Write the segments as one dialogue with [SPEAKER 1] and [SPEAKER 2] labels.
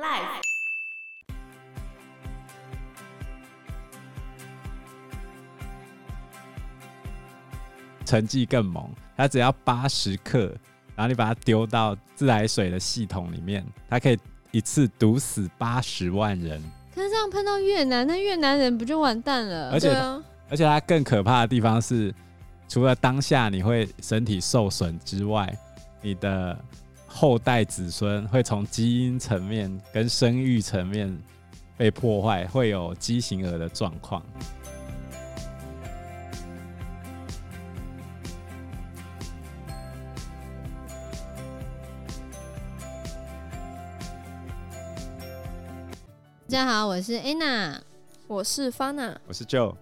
[SPEAKER 1] Life。
[SPEAKER 2] 成绩更猛，它只要八十克，然后你把它丢到自来水的系统里面，它可以一次毒死八十万人。
[SPEAKER 3] 可是这样碰到越南，那越南人不就完蛋了？
[SPEAKER 2] 而且
[SPEAKER 3] 对啊，
[SPEAKER 2] 而且它更可怕的地方是，除了当下你会身体受损之外，你的后代子孙会从基因层面跟生育层面被破坏，会有畸形儿的状况。
[SPEAKER 3] 大家好，我是 Anna。
[SPEAKER 1] 我是 Fana。
[SPEAKER 2] 我是 Joe，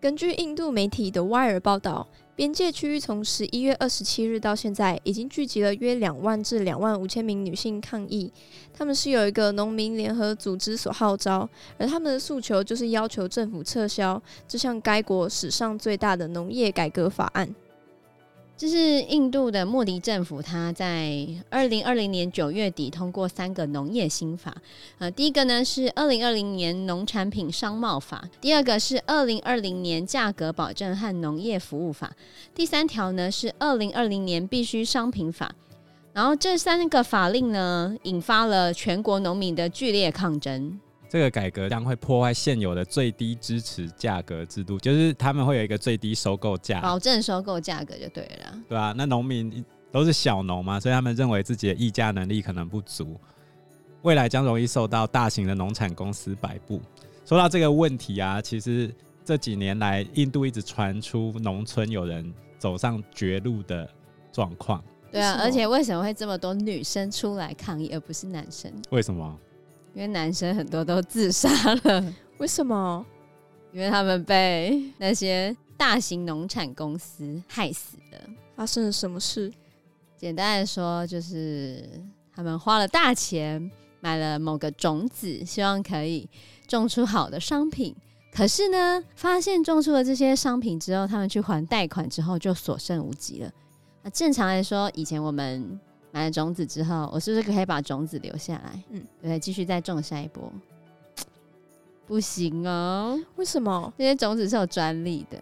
[SPEAKER 1] 根据印度媒体的《Wire》报道，边界区域从十一月二十七日到现在，已经聚集了约两万至两万五千名女性抗议。她们是由一个农民联合组织所号召，而他们的诉求就是要求政府撤销这项该国史上最大的农业改革法案。
[SPEAKER 3] 这是印度的莫迪政府，他在二零二零年九月底通过三个农业新法。呃，第一个呢是二零二零年农产品商贸法，第二个是二零二零年价格保证和农业服务法，第三条呢是二零二零年必需商品法。然后这三个法令呢，引发了全国农民的剧烈抗争。
[SPEAKER 2] 这个改革将会破坏现有的最低支持价格制度，就是他们会有一个最低收购价，
[SPEAKER 3] 保证收购价格就对了。
[SPEAKER 2] 对啊，那农民都是小农嘛，所以他们认为自己的议价能力可能不足，未来将容易受到大型的农产公司摆布。说到这个问题啊，其实这几年来，印度一直传出农村有人走上绝路的状况，
[SPEAKER 3] 对啊
[SPEAKER 1] 为什，么
[SPEAKER 3] 而且为什么会这么多女生出来抗议，而不是男生？
[SPEAKER 2] 为什么？
[SPEAKER 3] 因为男生很多都自杀了，
[SPEAKER 1] 为什么？
[SPEAKER 3] 因为他们被那些大型农产公司害死的。
[SPEAKER 1] 发生了什么事？
[SPEAKER 3] 简单来说，就是他们花了大钱买了某个种子，希望可以种出好的商品。可是呢，发现种出了这些商品之后，他们去还贷款之后就所剩无几了。那正常来说，以前我们买了种子之后，我是不是可以把种子留下来？
[SPEAKER 1] 嗯
[SPEAKER 3] 嗯，对，继续再种下一波？不行哦，
[SPEAKER 1] 为什么？
[SPEAKER 3] 这些种子是有专利的，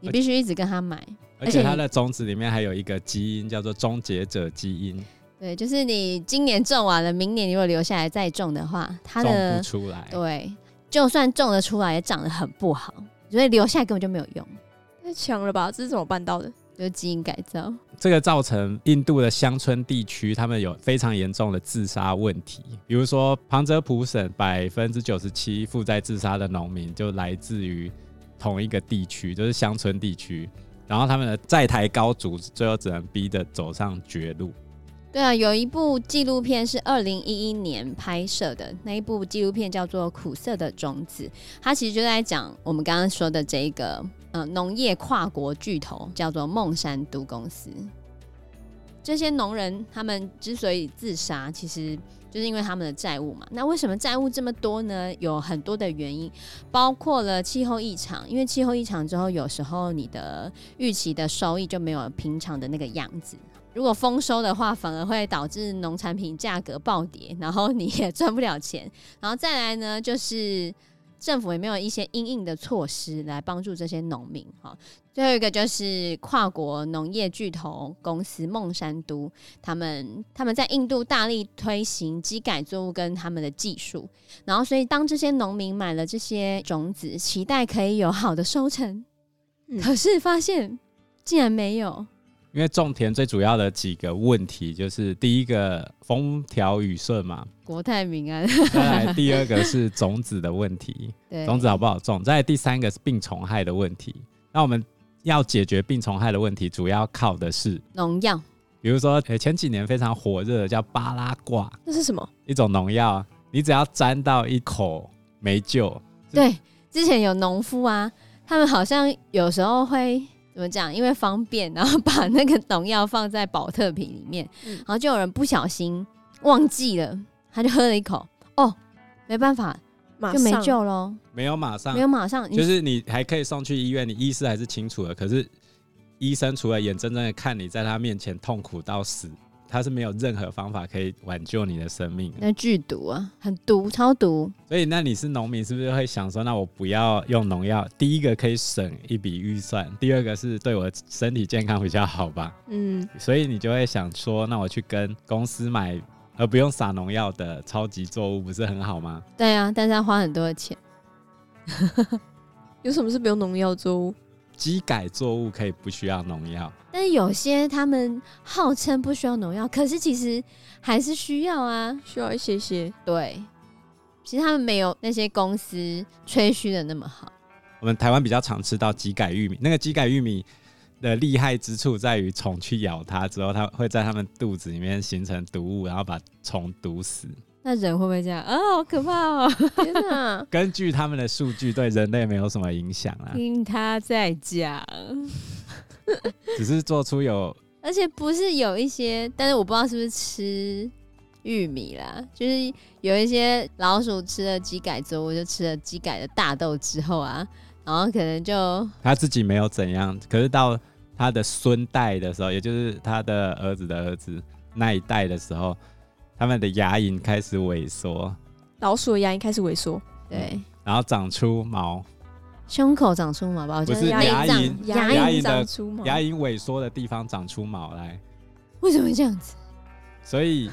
[SPEAKER 3] 你
[SPEAKER 2] 而
[SPEAKER 3] 必须一直跟他买。
[SPEAKER 2] 而且它的种子里面还有一个基因叫做终结者基因，
[SPEAKER 3] 对，就是你今年种完了，明年如果留下来再种的话，它
[SPEAKER 2] 种
[SPEAKER 3] 的
[SPEAKER 2] 不出来。
[SPEAKER 3] 对，就算种得出来，也长得很不好，所以留下来根本就没有用，
[SPEAKER 1] 太强了吧！这是怎么办到的？
[SPEAKER 3] 就是基因改造。
[SPEAKER 2] 这个造成印度的乡村地区，他们有非常严重的自杀问题。比如说，旁遮普省百分之九十七负债自杀的农民就来自于同一个地区，就是乡村地区。然后他们的债台高筑，最后只能逼得走上绝路。
[SPEAKER 3] 对啊，有一部纪录片是二零一一年拍摄的，那一部纪录片叫做《苦涩的种子》，它其实就在讲我们刚刚说的这一个呃农业跨国巨头，叫做孟山都公司。这些农人他们之所以自杀，其实就是因为他们的债务嘛。那为什么债务这么多呢？有很多的原因，包括了气候异常，因为气候异常之后，有时候你的预期的收益就没有平常的那个样子。如果丰收的话，反而会导致农产品价格暴跌，然后你也赚不了钱。然后再来呢，就是政府有没有一些应应的措施来帮助这些农民？哈，最后一个就是跨国农业巨头公司孟山都，他们他们在印度大力推行机改作物跟他们的技术，然后所以当这些农民买了这些种子，期待可以有好的收成，
[SPEAKER 1] 嗯
[SPEAKER 3] 可是发现竟然没有。
[SPEAKER 2] 因为种田最主要的几个问题，就是第一个风调雨顺嘛，
[SPEAKER 3] 国泰民安，
[SPEAKER 2] 再来 第二个是种子的问题，
[SPEAKER 3] 对，
[SPEAKER 2] 种子好不好种？再来第三个是病虫害的问题。那我们要解决病虫害的问题，主要靠的是，
[SPEAKER 3] 农药，
[SPEAKER 2] 比如说，呃，前几年非常火热的叫巴拉挂
[SPEAKER 1] 那是什么？
[SPEAKER 2] 一种农药，你只要沾到一口没救，
[SPEAKER 3] 对，之前有农夫啊，他们好像有时候会怎么讲？因为方便，然后把那个农药放在保特瓶里面，
[SPEAKER 1] 嗯
[SPEAKER 3] 然后就有人不小心忘记了，他就喝了一口，哦，没办法，
[SPEAKER 1] 马
[SPEAKER 3] 就
[SPEAKER 1] 上
[SPEAKER 3] 没救喽，
[SPEAKER 2] 没有马上
[SPEAKER 3] 没，有马上，你
[SPEAKER 2] 就是你还可以送去医院，你医师还是清楚的，可是医生除了眼睁睁的看你在他面前痛苦到死，它是没有任何方法可以挽救你的生命的。
[SPEAKER 3] 那剧毒啊，很毒，超毒。
[SPEAKER 2] 所以，那你是农民，是不是会想说，那我不要用农药？第一个可以省一笔预算，第二个是对我身体健康比较好吧？
[SPEAKER 1] 嗯，
[SPEAKER 2] 所以你就会想说，那我去跟公司买，而不用撒农药的超级作物，不是很好吗？
[SPEAKER 3] 对啊，但是要花很多的钱。
[SPEAKER 1] 有什么是不用农药作物？
[SPEAKER 2] 机改作物可以不需要农药，
[SPEAKER 3] 但是有些他们号称不需要农药，可是其实还是需要啊。
[SPEAKER 1] 需要一 些些。
[SPEAKER 3] 对，其实他们没有那些公司吹嘘的那么好。
[SPEAKER 2] 我们台湾比较常吃到机改玉米，那个机改玉米的厉害之处在于虫去咬它之后，它会在它们肚子里面形成毒物，然后把虫毒死。
[SPEAKER 3] 那人会不会这样啊？好可怕 哦！
[SPEAKER 1] 天哪，
[SPEAKER 2] 根据他们的数据，对人类没有什么影响啊，
[SPEAKER 3] 听他在讲，
[SPEAKER 2] 只是做出有
[SPEAKER 3] 而且不是有一些，但是我不知道是不是吃玉米啦，就是有一些老鼠吃了鸡改之后，我就吃了鸡改的大豆之后啊，然后可能就
[SPEAKER 2] 他自己没有怎样，可是到他的孙代的时候，也就是他的儿子的儿子那一代的时候，他们的牙龈开始萎缩，
[SPEAKER 1] 老鼠的牙龈开始萎缩，
[SPEAKER 3] 对
[SPEAKER 2] 然后长出毛，
[SPEAKER 3] 胸口长出毛吧，我觉
[SPEAKER 2] 不
[SPEAKER 3] 得
[SPEAKER 2] 是
[SPEAKER 3] 内
[SPEAKER 2] 牙
[SPEAKER 3] 脏
[SPEAKER 2] 龈
[SPEAKER 3] 牙
[SPEAKER 2] 牙
[SPEAKER 3] 龈
[SPEAKER 2] 龈的
[SPEAKER 1] 长出毛，
[SPEAKER 2] 牙龈萎缩的地方长出毛来，
[SPEAKER 3] 为什么会这样子？
[SPEAKER 2] 所以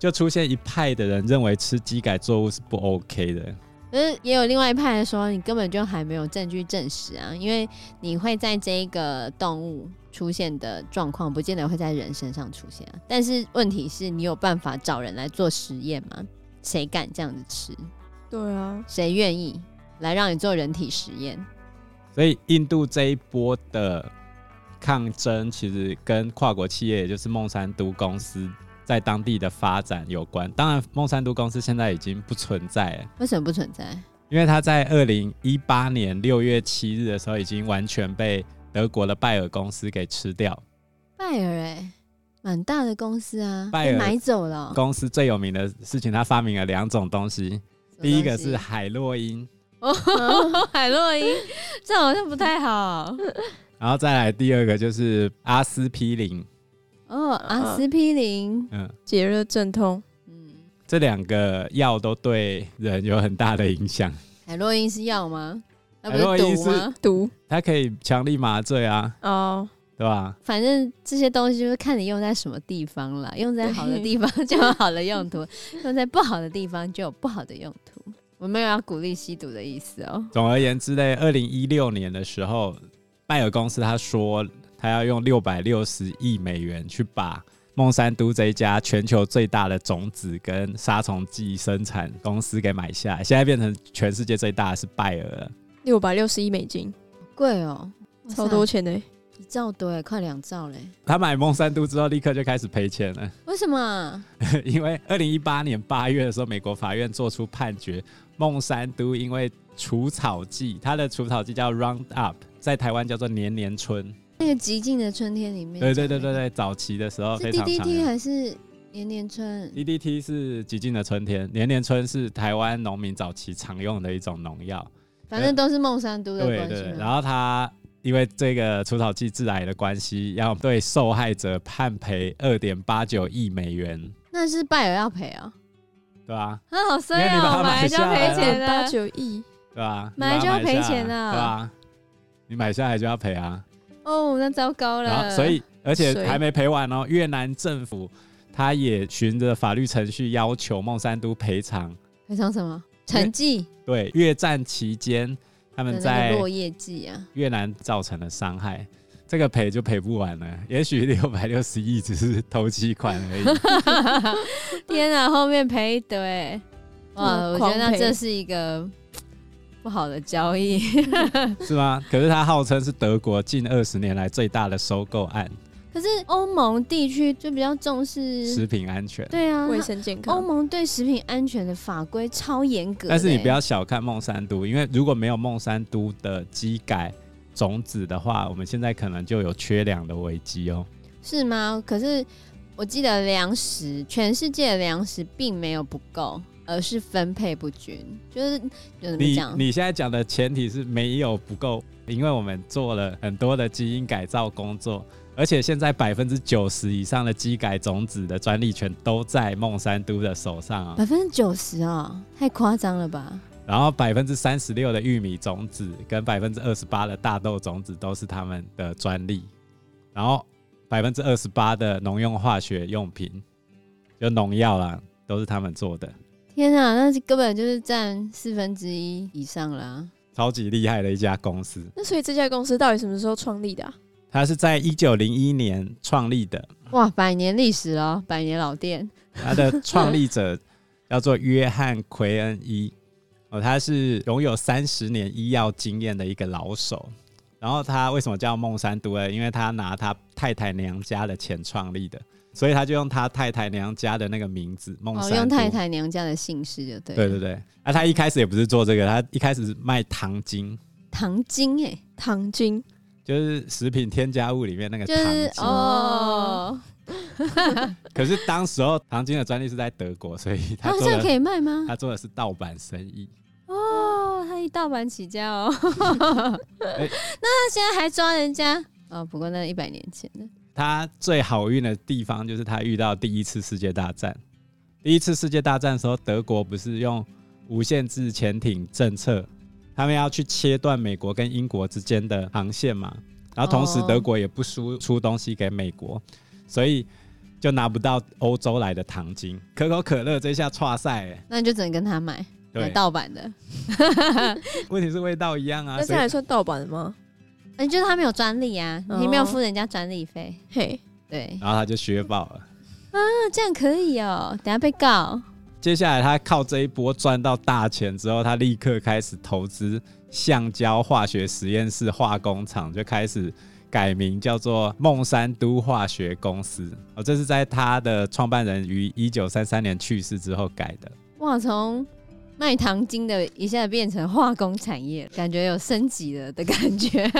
[SPEAKER 2] 就出现一派的人认为吃机改作物是不 OK 的。
[SPEAKER 3] 可是也有另外一派人说，你根本就还没有证据证实啊，因为你会在这一个动物出现的状况，不见得会在人身上出现啊。但是问题是你有办法找人来做实验吗？谁敢这样子吃？
[SPEAKER 1] 对啊，
[SPEAKER 3] 谁愿意来让你做人体实验？
[SPEAKER 2] 所以印度这一波的抗争，其实跟跨国企业，也就是孟山都公司在当地的发展有关。当然，孟山都公司现在已经不存在了。
[SPEAKER 3] 为什么不存在？
[SPEAKER 2] 因为他在二零一八年六月七日的时候，已经完全被德国的拜耳公司给吃掉。
[SPEAKER 3] 拜耳哎、蛮大的公司啊，
[SPEAKER 2] 拜耳
[SPEAKER 3] 被买走了哦、
[SPEAKER 2] 公司最有名的事情，他发明了两种东西，
[SPEAKER 3] 什么东西
[SPEAKER 2] 第一个是海洛因，
[SPEAKER 3] 哦， 海洛因，这好像不太好。
[SPEAKER 2] 然后再来第二个就是阿司匹林。
[SPEAKER 3] 哦，阿司匹林，
[SPEAKER 2] 嗯，
[SPEAKER 1] 解热镇痛，
[SPEAKER 3] 嗯，
[SPEAKER 2] 这两个药都对人有很大的影响，
[SPEAKER 3] 海洛因是药吗？那不
[SPEAKER 2] 海洛因
[SPEAKER 3] 是
[SPEAKER 2] 是
[SPEAKER 3] 毒吗？
[SPEAKER 1] 毒
[SPEAKER 2] 它可以强力麻醉啊，
[SPEAKER 1] 哦，
[SPEAKER 2] 对吧？
[SPEAKER 3] 反正这些东西就是看你用在什么地方 啦，用在好的地方就有好的用途，用在不好的地方就有不好的用途。我没有要鼓励吸毒的意思哦、
[SPEAKER 2] 总而言之呢，二零一六年的时候，拜耳公司他说他要用六百六十亿美元去把孟山都这一家全球最大的种子跟杀虫剂生产公司给买下来，现在变成全世界最大的是拜耳了。
[SPEAKER 1] 六百六十一美金，
[SPEAKER 3] 贵哦、哇塞
[SPEAKER 1] 超多钱的，
[SPEAKER 3] 一兆多哎，快两兆嘞！
[SPEAKER 2] 他买孟山都之后，立刻就开始赔钱了，
[SPEAKER 3] 为什么啊？
[SPEAKER 2] 因为二零一八年八月的时候，美国法院做出判决，孟山都因为除草剂，它的除草剂叫 Roundup，在台湾叫做年年春。
[SPEAKER 3] 那个极尽的春天里面，
[SPEAKER 2] 对对对对，对，早期的时候非
[SPEAKER 3] 是
[SPEAKER 2] 常常
[SPEAKER 3] DDT
[SPEAKER 2] 用
[SPEAKER 3] 还是年年春？
[SPEAKER 2] DDT 是极尽的春天，年年春是台湾农民早期常用的一种农药。
[SPEAKER 3] 反正都是孟山都的
[SPEAKER 2] 对
[SPEAKER 3] 关系
[SPEAKER 2] 对，然
[SPEAKER 3] 嘛。
[SPEAKER 2] 后它因为这个除草剂致癌的关系，要对受害者判赔二点八九亿美元，
[SPEAKER 3] 那是拜耳要赔哦、
[SPEAKER 2] 对吧、
[SPEAKER 3] 啊，好衰
[SPEAKER 2] 因为你把
[SPEAKER 3] 哦、
[SPEAKER 2] 它
[SPEAKER 3] 买
[SPEAKER 2] 买
[SPEAKER 3] 啊了就
[SPEAKER 2] 下来
[SPEAKER 3] 赔
[SPEAKER 2] 了
[SPEAKER 3] 钱
[SPEAKER 1] 八
[SPEAKER 3] 了。
[SPEAKER 1] 九亿，
[SPEAKER 2] 对吧、啊？
[SPEAKER 3] 买
[SPEAKER 2] 你
[SPEAKER 3] 就
[SPEAKER 2] 把
[SPEAKER 3] 要
[SPEAKER 2] 它
[SPEAKER 3] 赔
[SPEAKER 2] 下
[SPEAKER 3] 钱
[SPEAKER 2] 来
[SPEAKER 3] 啊
[SPEAKER 2] 对吧、你买下来就要赔啊，
[SPEAKER 3] 哦，那糟糕
[SPEAKER 2] 然后
[SPEAKER 3] 了。
[SPEAKER 2] 所以而且
[SPEAKER 1] 所以
[SPEAKER 2] 还没赔完哦，越南政府他也循着法律程序要求孟山都赔偿。
[SPEAKER 3] 赔偿什么？
[SPEAKER 2] 因为
[SPEAKER 3] 成绩
[SPEAKER 2] 对，越战期间他
[SPEAKER 3] 的
[SPEAKER 2] 们
[SPEAKER 3] 那
[SPEAKER 2] 在
[SPEAKER 3] 个落叶季啊。
[SPEAKER 2] 越南造成的伤害，这个赔就赔不完了。也许六百六十亿只是头期款而已，
[SPEAKER 3] 天啊，后面赔一堆，哇！
[SPEAKER 1] 嗯
[SPEAKER 3] 我觉
[SPEAKER 1] 狂
[SPEAKER 3] 得那
[SPEAKER 1] 赔
[SPEAKER 3] 这是一个不好的交易。
[SPEAKER 2] 是吗？可是他号称是德国近二十年来最大的收购案，
[SPEAKER 3] 可是欧盟地区就比较重视，
[SPEAKER 2] 食品安全。
[SPEAKER 3] 对啊，
[SPEAKER 1] 卫生健
[SPEAKER 3] 欧
[SPEAKER 1] 康，
[SPEAKER 3] 盟对食品安全的法规超严格的欸。
[SPEAKER 2] 但是你不要小看孟山都，因为如果没有孟山都的机改种子的话，我们现在可能就有缺粮的危机哦。
[SPEAKER 3] 是吗？可是我记得粮食，全世界的粮食并没有不够，而是分配不均。就是就怎么
[SPEAKER 2] 你
[SPEAKER 3] 讲？
[SPEAKER 2] 你现在讲的前提是没有不够，因为我们做了很多的基因改造工作，而且现在百分之九十以上的基改种子的专利权都在孟山都的手上啊，
[SPEAKER 3] 百分之九十啊，太夸张了吧？
[SPEAKER 2] 然后百分之三十六的玉米种子跟百分之二十八的大豆种子都是他们的专利，然后百分之二十八的农用化学用品，就农药啦，都是他们做的，
[SPEAKER 3] 天啊，那是根本就是占四分之一以上啦。
[SPEAKER 2] 超级厉害的一家公司。
[SPEAKER 1] 那所以这家公司到底什么时候创立的、啊？
[SPEAKER 2] 它是在一九零一年创立的，
[SPEAKER 3] 哇，百年历史了，百年老店。
[SPEAKER 2] 它的创立者叫做约翰·奎恩一，哦，他是拥有三十年医药经验的一个老手。然后他为什么叫孟山都呢？因为他拿他太太娘家的钱创立的，所以他就用他太太娘家的那个名字孟
[SPEAKER 3] 哦，
[SPEAKER 2] 山都。
[SPEAKER 3] 用太太娘家的姓氏就对了。
[SPEAKER 2] 对对对，啊，他一开始也不是做这个，他一开始是卖糖精，
[SPEAKER 3] 糖精哎、
[SPEAKER 1] 糖精
[SPEAKER 2] 就是食品添加物里面那个
[SPEAKER 3] 就
[SPEAKER 2] 糖
[SPEAKER 3] 是
[SPEAKER 2] 精。
[SPEAKER 3] 哦，
[SPEAKER 2] 可是当时候糖精的专利是在德国，所以他
[SPEAKER 3] 啊，
[SPEAKER 2] 做
[SPEAKER 3] 这
[SPEAKER 2] 的、
[SPEAKER 3] 样可以卖吗？
[SPEAKER 2] 他做的是盗版生意。
[SPEAKER 3] 哦，他一盗版起家 哦，
[SPEAKER 2] 哎
[SPEAKER 3] 那他现在还抓人家哦，不过那一百年前的，
[SPEAKER 2] 他最好运的地方就是他遇到第一次世界大战。第一次世界大战的时候，德国不是用无限制潜艇政策，他们要去切断美国跟英国之间的航线嘛，然后同时
[SPEAKER 3] 哦
[SPEAKER 2] 德国也不输出东西给美国，所以就拿不到欧洲来的糖精。可口可乐这下岔赛、欸，
[SPEAKER 3] 那你就只能跟他买买
[SPEAKER 2] 对，
[SPEAKER 3] 盗版的，
[SPEAKER 2] 问题是味道一样啊，
[SPEAKER 1] 那这
[SPEAKER 2] 所以
[SPEAKER 1] 样还算盗版的吗？
[SPEAKER 3] 那哎就是他没有专利啊，
[SPEAKER 1] 哦
[SPEAKER 3] 你没有付人家专利费，
[SPEAKER 1] 嘿，
[SPEAKER 3] 对，
[SPEAKER 2] 然后他就削爆了。
[SPEAKER 3] 那这样可以哦，等下被告，
[SPEAKER 2] 接下来他靠这一波赚到大钱之后，他立刻开始投资橡胶化学实验室化工厂，就开始改名叫做孟山都化学公司。哦，这是在他的创办人于一九三三年去世之后改的。
[SPEAKER 3] 哇，从卖糖精的一下子变成化工产业，感觉有升级了的感觉，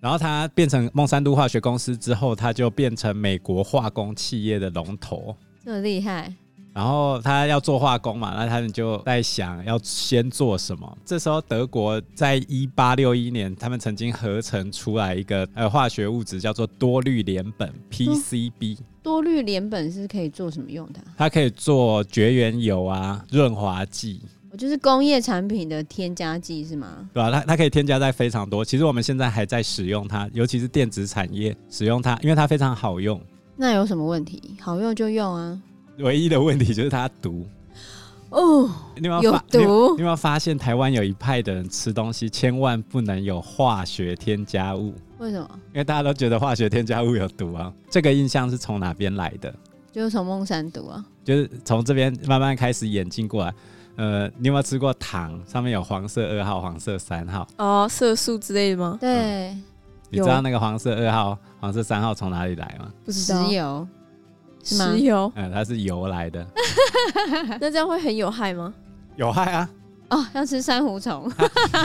[SPEAKER 2] 然后他变成孟山都化学公司之后，他就变成美国化工企业的龙头。
[SPEAKER 3] 这么厉害，
[SPEAKER 2] 然后他要做化工嘛，那他们就在想要先做什么。这时候德国在一八六一年，他们曾经合成出来一个呃化学物质叫做多氯联苯 （PCB），、
[SPEAKER 3] 多氯联苯是可以做什么用的啊、
[SPEAKER 2] 它可以做绝缘油啊、润滑剂，
[SPEAKER 3] 我就是工业产品的添加剂是吗？
[SPEAKER 2] 对吧、它它可以添加在非常多。其实我们现在还在使用它，尤其是电子产业使用它，因为它非常好用。
[SPEAKER 3] 那有什么问题？好用就用啊。
[SPEAKER 2] 唯一的问题就是它毒。
[SPEAKER 3] 哦，
[SPEAKER 2] 你有没有
[SPEAKER 3] 有
[SPEAKER 2] 发你有
[SPEAKER 3] 毒
[SPEAKER 2] 你有没有发现台湾有一派的人吃东西千万不能有化学添加物？
[SPEAKER 3] 为什么？
[SPEAKER 2] 因为大家都觉得化学添加物有毒啊。这个印象是从哪边来的？
[SPEAKER 3] 就是从孟山读啊。
[SPEAKER 2] 就是从这边慢慢开始演进过来。呃，你有没有吃过糖？上面有黄色二号、黄色三号，
[SPEAKER 1] 哦，色素之类的吗？
[SPEAKER 3] 对，
[SPEAKER 1] 嗯
[SPEAKER 2] 你知道那个黄色二号、黄色三号从哪里来吗？
[SPEAKER 1] 不知
[SPEAKER 3] 石
[SPEAKER 1] 道，
[SPEAKER 3] 油是吗
[SPEAKER 1] 石油，
[SPEAKER 2] 嗯，它是油来的，
[SPEAKER 1] 那这样会很有害吗？
[SPEAKER 2] 有害啊！
[SPEAKER 3] 哦，要吃珊瑚虫，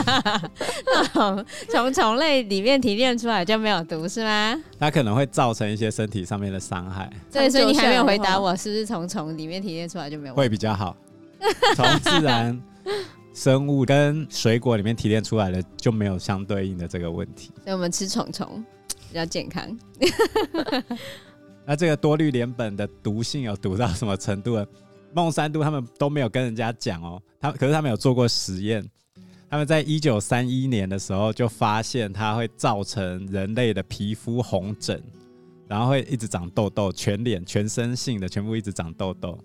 [SPEAKER 3] 那种从虫类里面提炼出来就没有毒是吗？
[SPEAKER 2] 它可能会造成一些身体上面的伤害，
[SPEAKER 3] 对，
[SPEAKER 1] 长久
[SPEAKER 3] 所以你还没有
[SPEAKER 1] 下来的话
[SPEAKER 3] 回答我，是不是从虫里面提炼出来就没有？
[SPEAKER 2] 会比较好。从自然生物跟水果里面提炼出来的就没有相对应的这个问题。
[SPEAKER 3] 所以我们吃虫虫比较健康。
[SPEAKER 2] 那这个多氯联苯的毒性有毒到什么程度呢？孟山都他们都没有跟人家讲哦，他可是他们有做过实验，他们在一九三一年的时候就发现它会造成人类的皮肤红疹，然后会一直长痘痘，全脸全身性的全部一直长痘痘。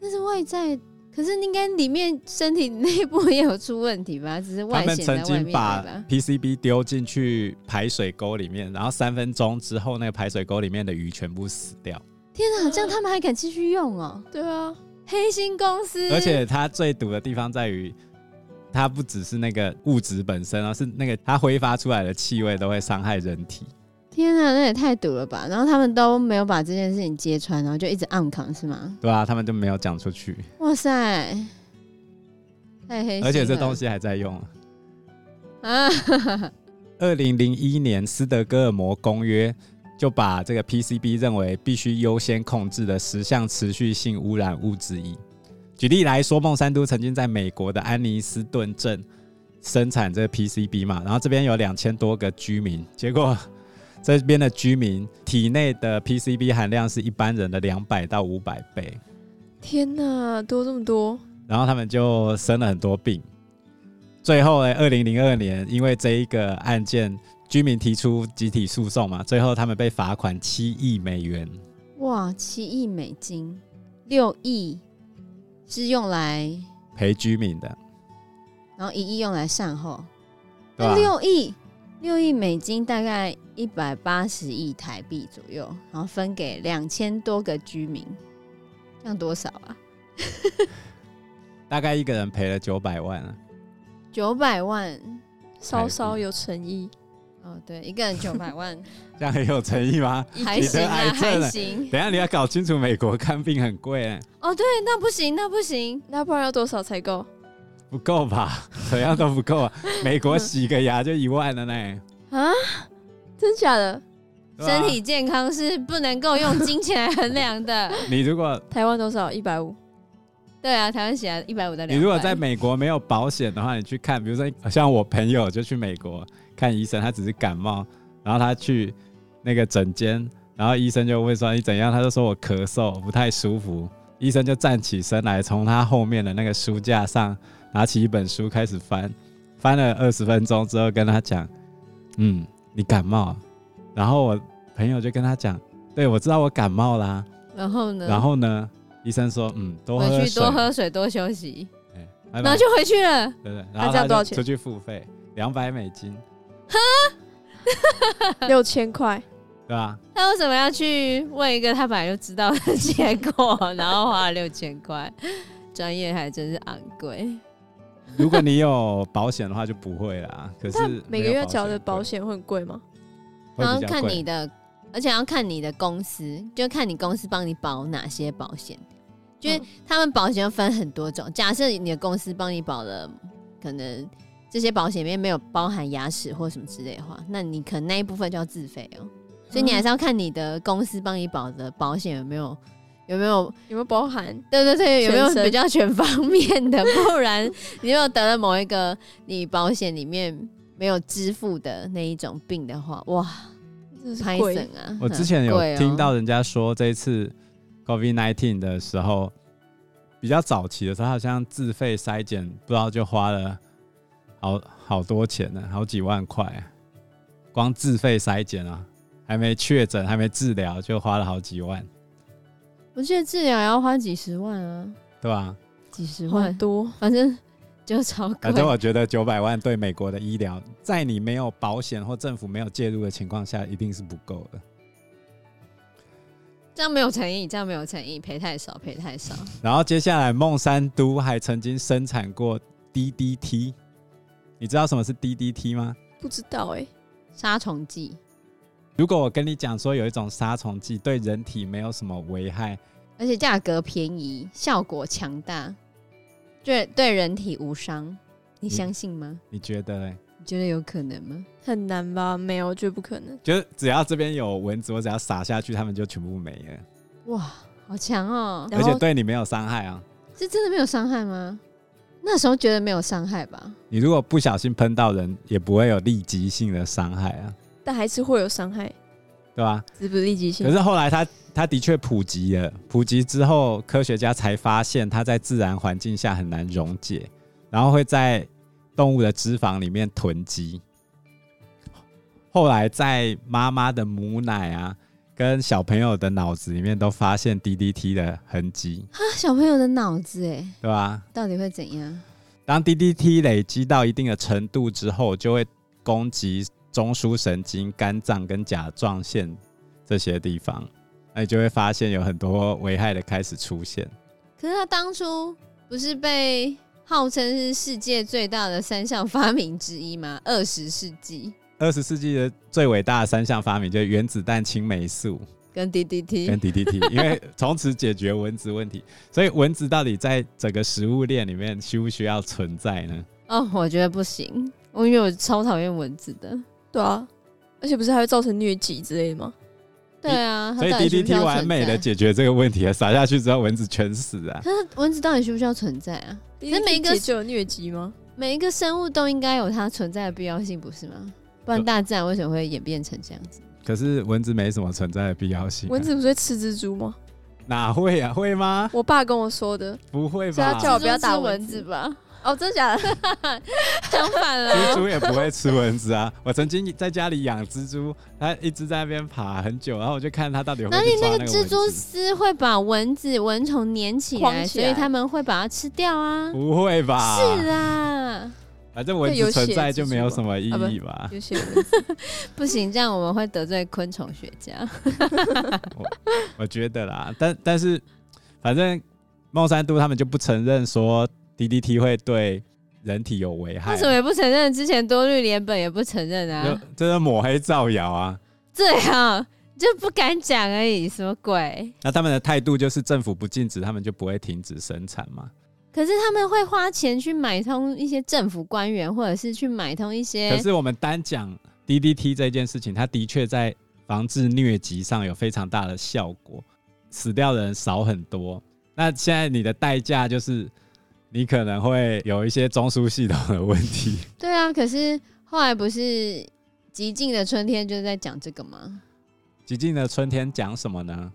[SPEAKER 3] 但是外在，可是应该里面身体内部也有出问题吧？只是
[SPEAKER 2] 他
[SPEAKER 3] 外
[SPEAKER 2] 们
[SPEAKER 3] 显
[SPEAKER 2] 曾
[SPEAKER 3] 在外
[SPEAKER 2] 经
[SPEAKER 3] 面
[SPEAKER 2] 把
[SPEAKER 3] 对吧？
[SPEAKER 2] PCB 丢进去排水沟里面，然后三分钟之后，那个排水沟里面的鱼全部死掉。
[SPEAKER 3] 天啊，这样他们还敢继续用哦？
[SPEAKER 1] 对啊，
[SPEAKER 3] 黑心公司，
[SPEAKER 2] 而且它最毒的地方在于，它不只是那个物质本身啊，是那个它挥发出来的气味都会伤害人体。
[SPEAKER 3] 天啊，那也太毒了吧！然后他们都没有把这件事情揭穿，然后就一直暗扛是吗？
[SPEAKER 2] 对啊，他们就没有讲出去，
[SPEAKER 3] 哇塞，太黑心了！
[SPEAKER 2] 而且这东西还在用啊。
[SPEAKER 3] 啊，
[SPEAKER 2] 二零零一年斯德哥尔摩公约就把这个 PCB 认为必须优先控制的十项持续性污染物之一。举例来说，孟山都曾经在美国的安尼斯顿镇生产这个 PCB 嘛，然后这边有两千多个居民，结果这边的居民体内的 PCB 含量是一般人的两百到五百倍，
[SPEAKER 1] 天哪，多这么多！
[SPEAKER 2] 然后他们就生了很多病。最后呢，二零零二年，因为这一个案件，居民提出集体诉讼嘛，最后他们被罚款七亿美元。
[SPEAKER 3] 哇，七亿美金，六亿是用来，
[SPEAKER 2] 赔居民的，
[SPEAKER 3] 然后一亿用来善后，
[SPEAKER 2] 对
[SPEAKER 3] 那
[SPEAKER 2] 吧？
[SPEAKER 3] 哎六亿，六亿美金大概一百八十亿台币左右，然后分给两千多个居民，这样多少啊？
[SPEAKER 2] 大概一个人赔了九百万啊，
[SPEAKER 3] 九百万。
[SPEAKER 1] 稍稍有诚意，
[SPEAKER 3] 哦，对，一个人九百万，
[SPEAKER 2] 这样很有诚意吗？
[SPEAKER 3] 还行
[SPEAKER 2] 你
[SPEAKER 3] 啊，
[SPEAKER 2] 得癌症
[SPEAKER 3] 还
[SPEAKER 2] 了
[SPEAKER 3] 行。
[SPEAKER 2] 等一下你要搞清楚，美国看病很贵、欸，
[SPEAKER 3] 哦，对，那不行，那不行。
[SPEAKER 1] 那不然要多少才够？
[SPEAKER 2] 不够吧？怎样都不够啊！美国洗个牙就一万了呢、
[SPEAKER 1] 啊真假的？
[SPEAKER 2] 对吧
[SPEAKER 3] 身体健康是不能够用金钱来衡量的。
[SPEAKER 2] 你如果
[SPEAKER 1] 台湾多少？一百 五。
[SPEAKER 3] 对啊，台湾血压一百五到两。
[SPEAKER 2] 你如果在美国没有保险的话，你去看，比如说像我朋友就去美国看医生，他只是感冒，然后他去那个诊间，然后医生就问说你怎样，他就说我咳嗽不太舒服，医生就站起身来，从他后面的那个书架上拿起一本书开始翻，翻了二十分钟之后跟他讲，嗯，你感冒，然后我朋友就跟他讲，对我知道我感冒啦，
[SPEAKER 3] 然后呢？
[SPEAKER 2] 然后呢，医生说嗯多喝
[SPEAKER 3] 嗯回去
[SPEAKER 2] 水，
[SPEAKER 3] 多喝水，多休息，
[SPEAKER 2] 哎，拜
[SPEAKER 3] 然
[SPEAKER 2] 拜
[SPEAKER 3] 后就回去了。
[SPEAKER 2] 对不对？
[SPEAKER 1] 那
[SPEAKER 2] 然后
[SPEAKER 1] 这
[SPEAKER 2] 他
[SPEAKER 1] 样多少
[SPEAKER 2] 就
[SPEAKER 1] 钱
[SPEAKER 2] 出去付费两百美金，
[SPEAKER 1] 六千块，
[SPEAKER 2] 对吧？
[SPEAKER 3] 他为什么要去问一个他本来就知道的结果，然后花了六千块？专业还真是昂贵。
[SPEAKER 2] 如果你有保险的话就不会啦。 可是
[SPEAKER 1] 但每个
[SPEAKER 2] 没有
[SPEAKER 1] 月缴的保
[SPEAKER 2] 险
[SPEAKER 1] 险会很贵吗？
[SPEAKER 2] 会
[SPEAKER 3] 然后
[SPEAKER 2] 比较
[SPEAKER 3] 看
[SPEAKER 2] 贵
[SPEAKER 3] 你的，而且要看你的公司，就看你公司帮你保哪些保险。就是
[SPEAKER 1] 嗯
[SPEAKER 3] 他们保险要分很多种，假设你的公司帮你保了，可能这些保险里面没有包含牙齿或什么之类的话，那你可能那一部分就要自费哦、所以你还是要看你的公司帮你保的保险有没有有没有
[SPEAKER 1] 有没有包含？
[SPEAKER 3] 对对对，有没有
[SPEAKER 1] 全身
[SPEAKER 3] 比较全方面的？不然 你如果得了某一个你保险里面没有支付的那一种病的话，哇，
[SPEAKER 1] 真的
[SPEAKER 3] 拍
[SPEAKER 1] 是贵
[SPEAKER 3] 省，啊！
[SPEAKER 2] 我之前
[SPEAKER 3] 很贵
[SPEAKER 2] 有
[SPEAKER 3] 哦
[SPEAKER 2] 听到人家说，这一次 COVID 1 9的时候，比较早期的时候，好像自费筛检，不知道就花了好好多钱呢，好几万块，光自费筛检啊，还没确诊，还没治疗就花了好几万，
[SPEAKER 3] 我记得治疗也要花几十万啊，
[SPEAKER 2] 对吧？
[SPEAKER 3] 几十
[SPEAKER 1] 好
[SPEAKER 3] 万，
[SPEAKER 1] 多。
[SPEAKER 3] 反正就超贵。
[SPEAKER 2] 反正啊我觉得九百万对美国的医疗，在你没有保险或政府没有介入的情况下，一定是不够的。
[SPEAKER 3] 这样没有诚意，这样没有诚意，赔太少，赔太少。
[SPEAKER 2] 然后接下来，孟山都还曾经生产过 DDT，你知道什么是 DDT 吗？
[SPEAKER 1] 不知道哎、
[SPEAKER 3] 杀虫剂，
[SPEAKER 2] 如果我跟你讲说有一种杀虫剂对人体没有什么危害，
[SPEAKER 3] 而且价格便宜，效果强大，对对人体无伤，你
[SPEAKER 2] 嗯
[SPEAKER 3] 相信吗？
[SPEAKER 2] 你觉得嘞？
[SPEAKER 3] 你觉得有可能吗？
[SPEAKER 1] 很难吧？没有，绝不可能。
[SPEAKER 2] 就是只要这边有蚊子，我只要撒下去，它们就全部没了，
[SPEAKER 3] 哇，好强哦、
[SPEAKER 1] 然
[SPEAKER 2] 而
[SPEAKER 1] 后
[SPEAKER 2] 且对你没有伤害啊。
[SPEAKER 3] 是真的没有伤害吗？那时候觉得没有伤害吧？
[SPEAKER 2] 你如果不小心喷到人，也不会有立即性的伤害啊，
[SPEAKER 1] 但还是会有伤害，
[SPEAKER 2] 对吧、
[SPEAKER 1] 只不立即性
[SPEAKER 2] 可。是后来它它的确普及了，普及之后，科学家才发现它在自然环境下很难溶解，然后会在动物的脂肪里面囤积。后来在妈妈的母奶啊，跟小朋友的脑子里面都发现 DDT 的痕迹，
[SPEAKER 3] 啊，小朋友的脑子哎，
[SPEAKER 2] 对吧？
[SPEAKER 3] 到底会怎样？
[SPEAKER 2] 当 DDT 累积到一定的程度之后，就会攻击中枢神经、肝脏跟甲状腺这些地方，那你就会发现有很多危害的开始出现。
[SPEAKER 3] 可是他当初不是被号称是世界最大的三项发明之一吗？二十世纪
[SPEAKER 2] 二十世纪的最伟大的三项发明就是原子弹、青霉素
[SPEAKER 3] 跟 DDT，
[SPEAKER 2] 跟 DDT，因为从此解决蚊子问题。所以蚊子到底在整个食物链里面需不需要存在呢？
[SPEAKER 3] 哦，我觉得不行，我因为我超讨厌蚊子的。
[SPEAKER 1] 对啊，而且不是还会造成疟疾之类的吗？
[SPEAKER 3] 对啊，它
[SPEAKER 2] 所以
[SPEAKER 3] 到底需不需要
[SPEAKER 2] DDT 完美的
[SPEAKER 3] 存在。
[SPEAKER 2] 解决这个问题了，啊撒下去之后蚊子全死啊！
[SPEAKER 3] 可是蚊子到底需不需要存在啊？
[SPEAKER 1] 那
[SPEAKER 3] 每一个
[SPEAKER 1] 就有疟疾吗？
[SPEAKER 3] 每一个生物都应该有它存在的必要性，不是吗？不
[SPEAKER 2] 有
[SPEAKER 3] 然大自然为什么会演变成这样子？
[SPEAKER 2] 可是蚊子没什么存在的必要性啊、
[SPEAKER 1] 蚊子不是会吃蜘蛛吗？
[SPEAKER 2] 哪会啊？会吗？
[SPEAKER 1] 我爸跟我说的。
[SPEAKER 2] 不会
[SPEAKER 1] 所以
[SPEAKER 2] 吧
[SPEAKER 1] 他？叫我不要
[SPEAKER 3] 蜘蛛
[SPEAKER 1] 打
[SPEAKER 3] 吃
[SPEAKER 1] 蚊
[SPEAKER 3] 蚊子
[SPEAKER 1] 子
[SPEAKER 3] 吧？
[SPEAKER 1] 哦，真的假的？
[SPEAKER 3] 相反
[SPEAKER 2] 蜘
[SPEAKER 3] 了，
[SPEAKER 2] 蛛也不会吃蚊子啊！我曾经在家里养蜘蛛，它一直在那边爬很久， 然后我就看它到底会不
[SPEAKER 3] 哪
[SPEAKER 2] 会
[SPEAKER 3] 里
[SPEAKER 2] 去抓
[SPEAKER 3] 那
[SPEAKER 2] 那
[SPEAKER 3] 个
[SPEAKER 2] 个
[SPEAKER 3] 蜘蛛
[SPEAKER 2] 蚊子
[SPEAKER 3] 丝会把蚊子蚊虫粘起
[SPEAKER 1] 框
[SPEAKER 3] 来，
[SPEAKER 1] 起
[SPEAKER 3] 所
[SPEAKER 1] 来
[SPEAKER 3] 以他们会把它吃掉啊。
[SPEAKER 2] 不会吧？
[SPEAKER 3] 是啊，
[SPEAKER 2] 反正蚊
[SPEAKER 1] 有
[SPEAKER 2] 子
[SPEAKER 1] 血
[SPEAKER 2] 存在
[SPEAKER 1] 蜘蛛
[SPEAKER 2] 就没有
[SPEAKER 1] 啊
[SPEAKER 2] 什么意
[SPEAKER 1] 啊不
[SPEAKER 2] 义吧？
[SPEAKER 1] 有些 蚊子
[SPEAKER 3] 不行，这样我们会得罪昆虫学家。
[SPEAKER 2] 我觉得啦，但但是反正孟山都他们就不承认说 DDT 会对人体有危害
[SPEAKER 3] 为，什么也不承认？之前多绿联本也不承认
[SPEAKER 2] 就
[SPEAKER 3] 啊，
[SPEAKER 2] 这是抹黑造谣啊。
[SPEAKER 3] 对啊，就不敢讲而已，什么鬼？
[SPEAKER 2] 那他们的态度就是政府不禁止，他们就不会停止生产嘛。
[SPEAKER 3] 可是他们会花钱去买通一些政府官员，或者是去买通一
[SPEAKER 2] 可
[SPEAKER 3] 些
[SPEAKER 2] 是我们单讲 DDT 这件事情，它的确在防治疟疾上有非常大的效果，死掉的人少很多。那现在你的代价就是，你可能会有一些中枢系统的问题。
[SPEAKER 3] 对啊。可是后来不是极尽的春天就是在讲这个吗？
[SPEAKER 2] 极尽的春天讲什么呢？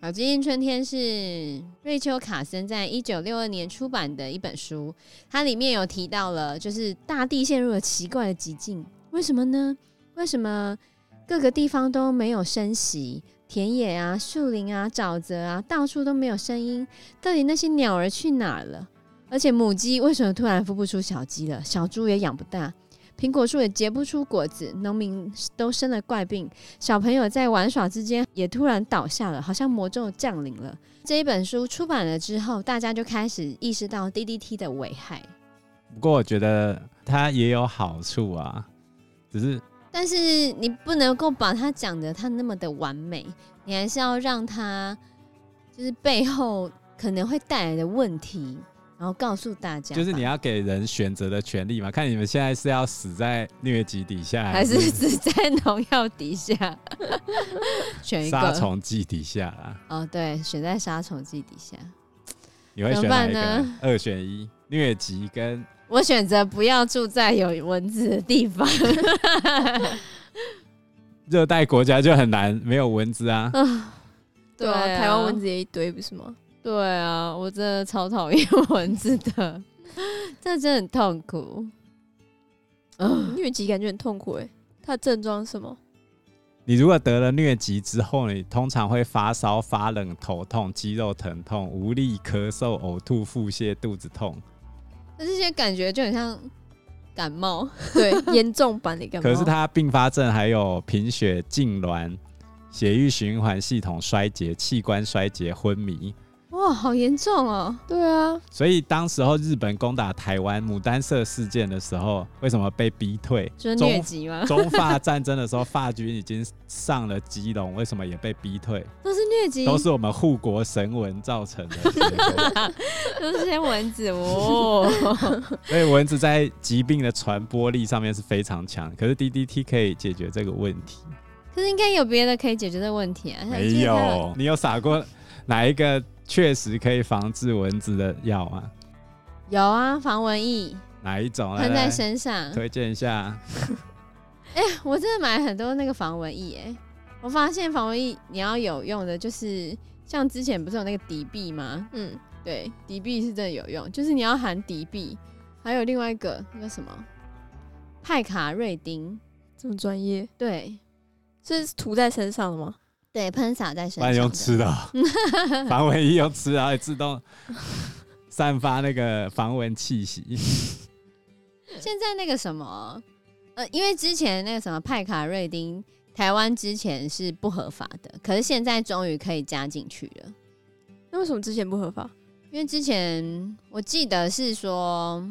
[SPEAKER 3] 好，《极尽春天》是瑞秋·卡森在一九六二年出版的一本书，它里面有提到了，就是大地陷入了奇怪的极境，为什么呢？为什么各个地方都没有声息？田野啊、树林啊、沼泽啊，到处都没有声音。到底那些鸟儿去哪儿了？而且母鸡为什么突然孵不出小鸡了？小猪也养不大，苹果树也结不出果子，农民都生了怪病，小朋友在玩耍之间也突然倒下了，好像魔咒降临了。这一本书出版了之后，大家就开始意识到 DDT 的危害，
[SPEAKER 2] 不过我觉得它也有好处啊，只是
[SPEAKER 3] 但是你不能够把它讲的它那么的完美，你还是要让它就是背后可能会带来的问题，然后告诉大家吧，
[SPEAKER 2] 就是你要给人选择的权利嘛。看你们现在是要死在疟疾底下，
[SPEAKER 3] 还是只在农药底下 选一
[SPEAKER 2] 杀
[SPEAKER 3] 个
[SPEAKER 2] 虫剂底下啦？
[SPEAKER 3] 哦，对，选在杀虫剂底下。
[SPEAKER 2] 你会
[SPEAKER 3] 怎
[SPEAKER 2] 选哪
[SPEAKER 3] 么办
[SPEAKER 2] 一个
[SPEAKER 3] 呢？
[SPEAKER 2] 二选一，疟疾跟
[SPEAKER 3] 我选择不要住在有蚊子的地 方。
[SPEAKER 2] 热带国家就很难没有蚊子啊。
[SPEAKER 3] 啊，
[SPEAKER 1] 对啊，台湾蚊子也一堆，不是吗？
[SPEAKER 3] 对啊，我真的超讨厌蚊子的，这真的很痛苦。嗯，
[SPEAKER 1] 疟疾感觉很痛苦哎。它的症状是什么？
[SPEAKER 2] 你如果得了疟疾之后，你通常会发烧、发冷、头痛、肌肉疼痛、无力、咳嗽、呕吐、腹泻、肚子痛。
[SPEAKER 3] 那这些感觉就很像感冒，
[SPEAKER 1] 对， 严重版的感冒。
[SPEAKER 2] 可是它并发症还有贫血、痉挛、血液循环系统衰竭、器官衰竭、昏迷。
[SPEAKER 3] 哇，好严重哦！
[SPEAKER 1] 对啊，
[SPEAKER 2] 所以当时候日本攻打台湾牡丹社事件的时候，为什么被逼退？
[SPEAKER 3] 就是疟
[SPEAKER 2] 中
[SPEAKER 3] 疾吗？
[SPEAKER 2] 中法战争的时候，法军已经上了基隆，为什么也被逼退？
[SPEAKER 3] 都是疟疾，
[SPEAKER 2] 都是我们护国神文造成 的结果。
[SPEAKER 3] 都是这些蚊 子
[SPEAKER 1] 啊
[SPEAKER 3] 哦。
[SPEAKER 2] 所以蚊子在疾病的传播力上面是非常强，可是 DDT 可以解决这个问题。
[SPEAKER 3] 可是应该有别的可以解决的问题啊，像
[SPEAKER 2] 没
[SPEAKER 3] 就是它
[SPEAKER 2] 有，哎你有撒过哪一个确实可以防治蚊子的药吗？
[SPEAKER 3] 有啊，防蚊液
[SPEAKER 2] 哪一种？来
[SPEAKER 3] 喷在
[SPEAKER 2] 来
[SPEAKER 3] 身上。
[SPEAKER 2] 推荐一下。
[SPEAKER 3] 我真的买了很多那个防蚊液哎、我发现防蚊液你要有用的，就是像之前不是有那个敌避吗？
[SPEAKER 1] 嗯，
[SPEAKER 3] 对，敌避是真的有用，就是你要含敌避，还有另外一个那个什么派卡瑞丁，
[SPEAKER 1] 这么专业，
[SPEAKER 3] 对
[SPEAKER 1] 这是涂在身上的吗？
[SPEAKER 3] 对，喷洒在身
[SPEAKER 2] 不然
[SPEAKER 3] 上
[SPEAKER 2] 用
[SPEAKER 3] 的
[SPEAKER 2] 吃的哦， 防蚊衣用吃的，然后自动散发那个防蚊气息。
[SPEAKER 3] 现在那个什么，呃，因为之前那个什么派卡瑞丁，台湾之前是不合法的，可是现在终于可以加进去了。
[SPEAKER 1] 那为什么之前不合法？
[SPEAKER 3] 因为之前我记得是说，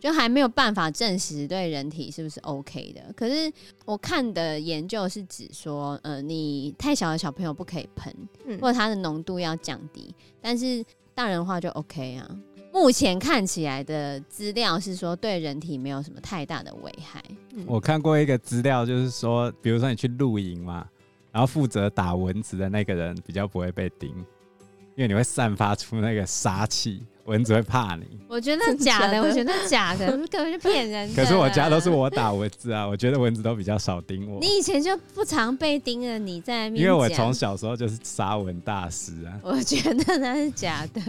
[SPEAKER 3] 就还没有办法证实对人体是不是 OK 的。可是我看的研究是指说，呃，你太小的小朋友不可以喷，
[SPEAKER 1] 嗯
[SPEAKER 3] 或者它的浓度要降低，但是大人的话就 OK 啊。目前看起来的资料是说，对人体没有什么太大的危害。
[SPEAKER 1] 嗯
[SPEAKER 2] 我看过一个资料，就是说，比如说你去露营嘛，然后负责打蚊子的那个人比较不会被叮，因为你会散发出那个杀气，蚊子会怕你。
[SPEAKER 3] 我觉得
[SPEAKER 1] 真的
[SPEAKER 3] 假
[SPEAKER 1] 假
[SPEAKER 3] 的，
[SPEAKER 1] 的
[SPEAKER 3] 我觉得假 的，根本就骗人的啊
[SPEAKER 2] 可
[SPEAKER 3] 啦。
[SPEAKER 2] 是我家都是我打蚊子啊，我觉得蚊子都比较少叮我，
[SPEAKER 3] 你以前就不常被盯着，你在那边
[SPEAKER 2] 因为我
[SPEAKER 3] 讲
[SPEAKER 2] 从小时候就是杀蚊大师啊。
[SPEAKER 3] 我觉得那是假的，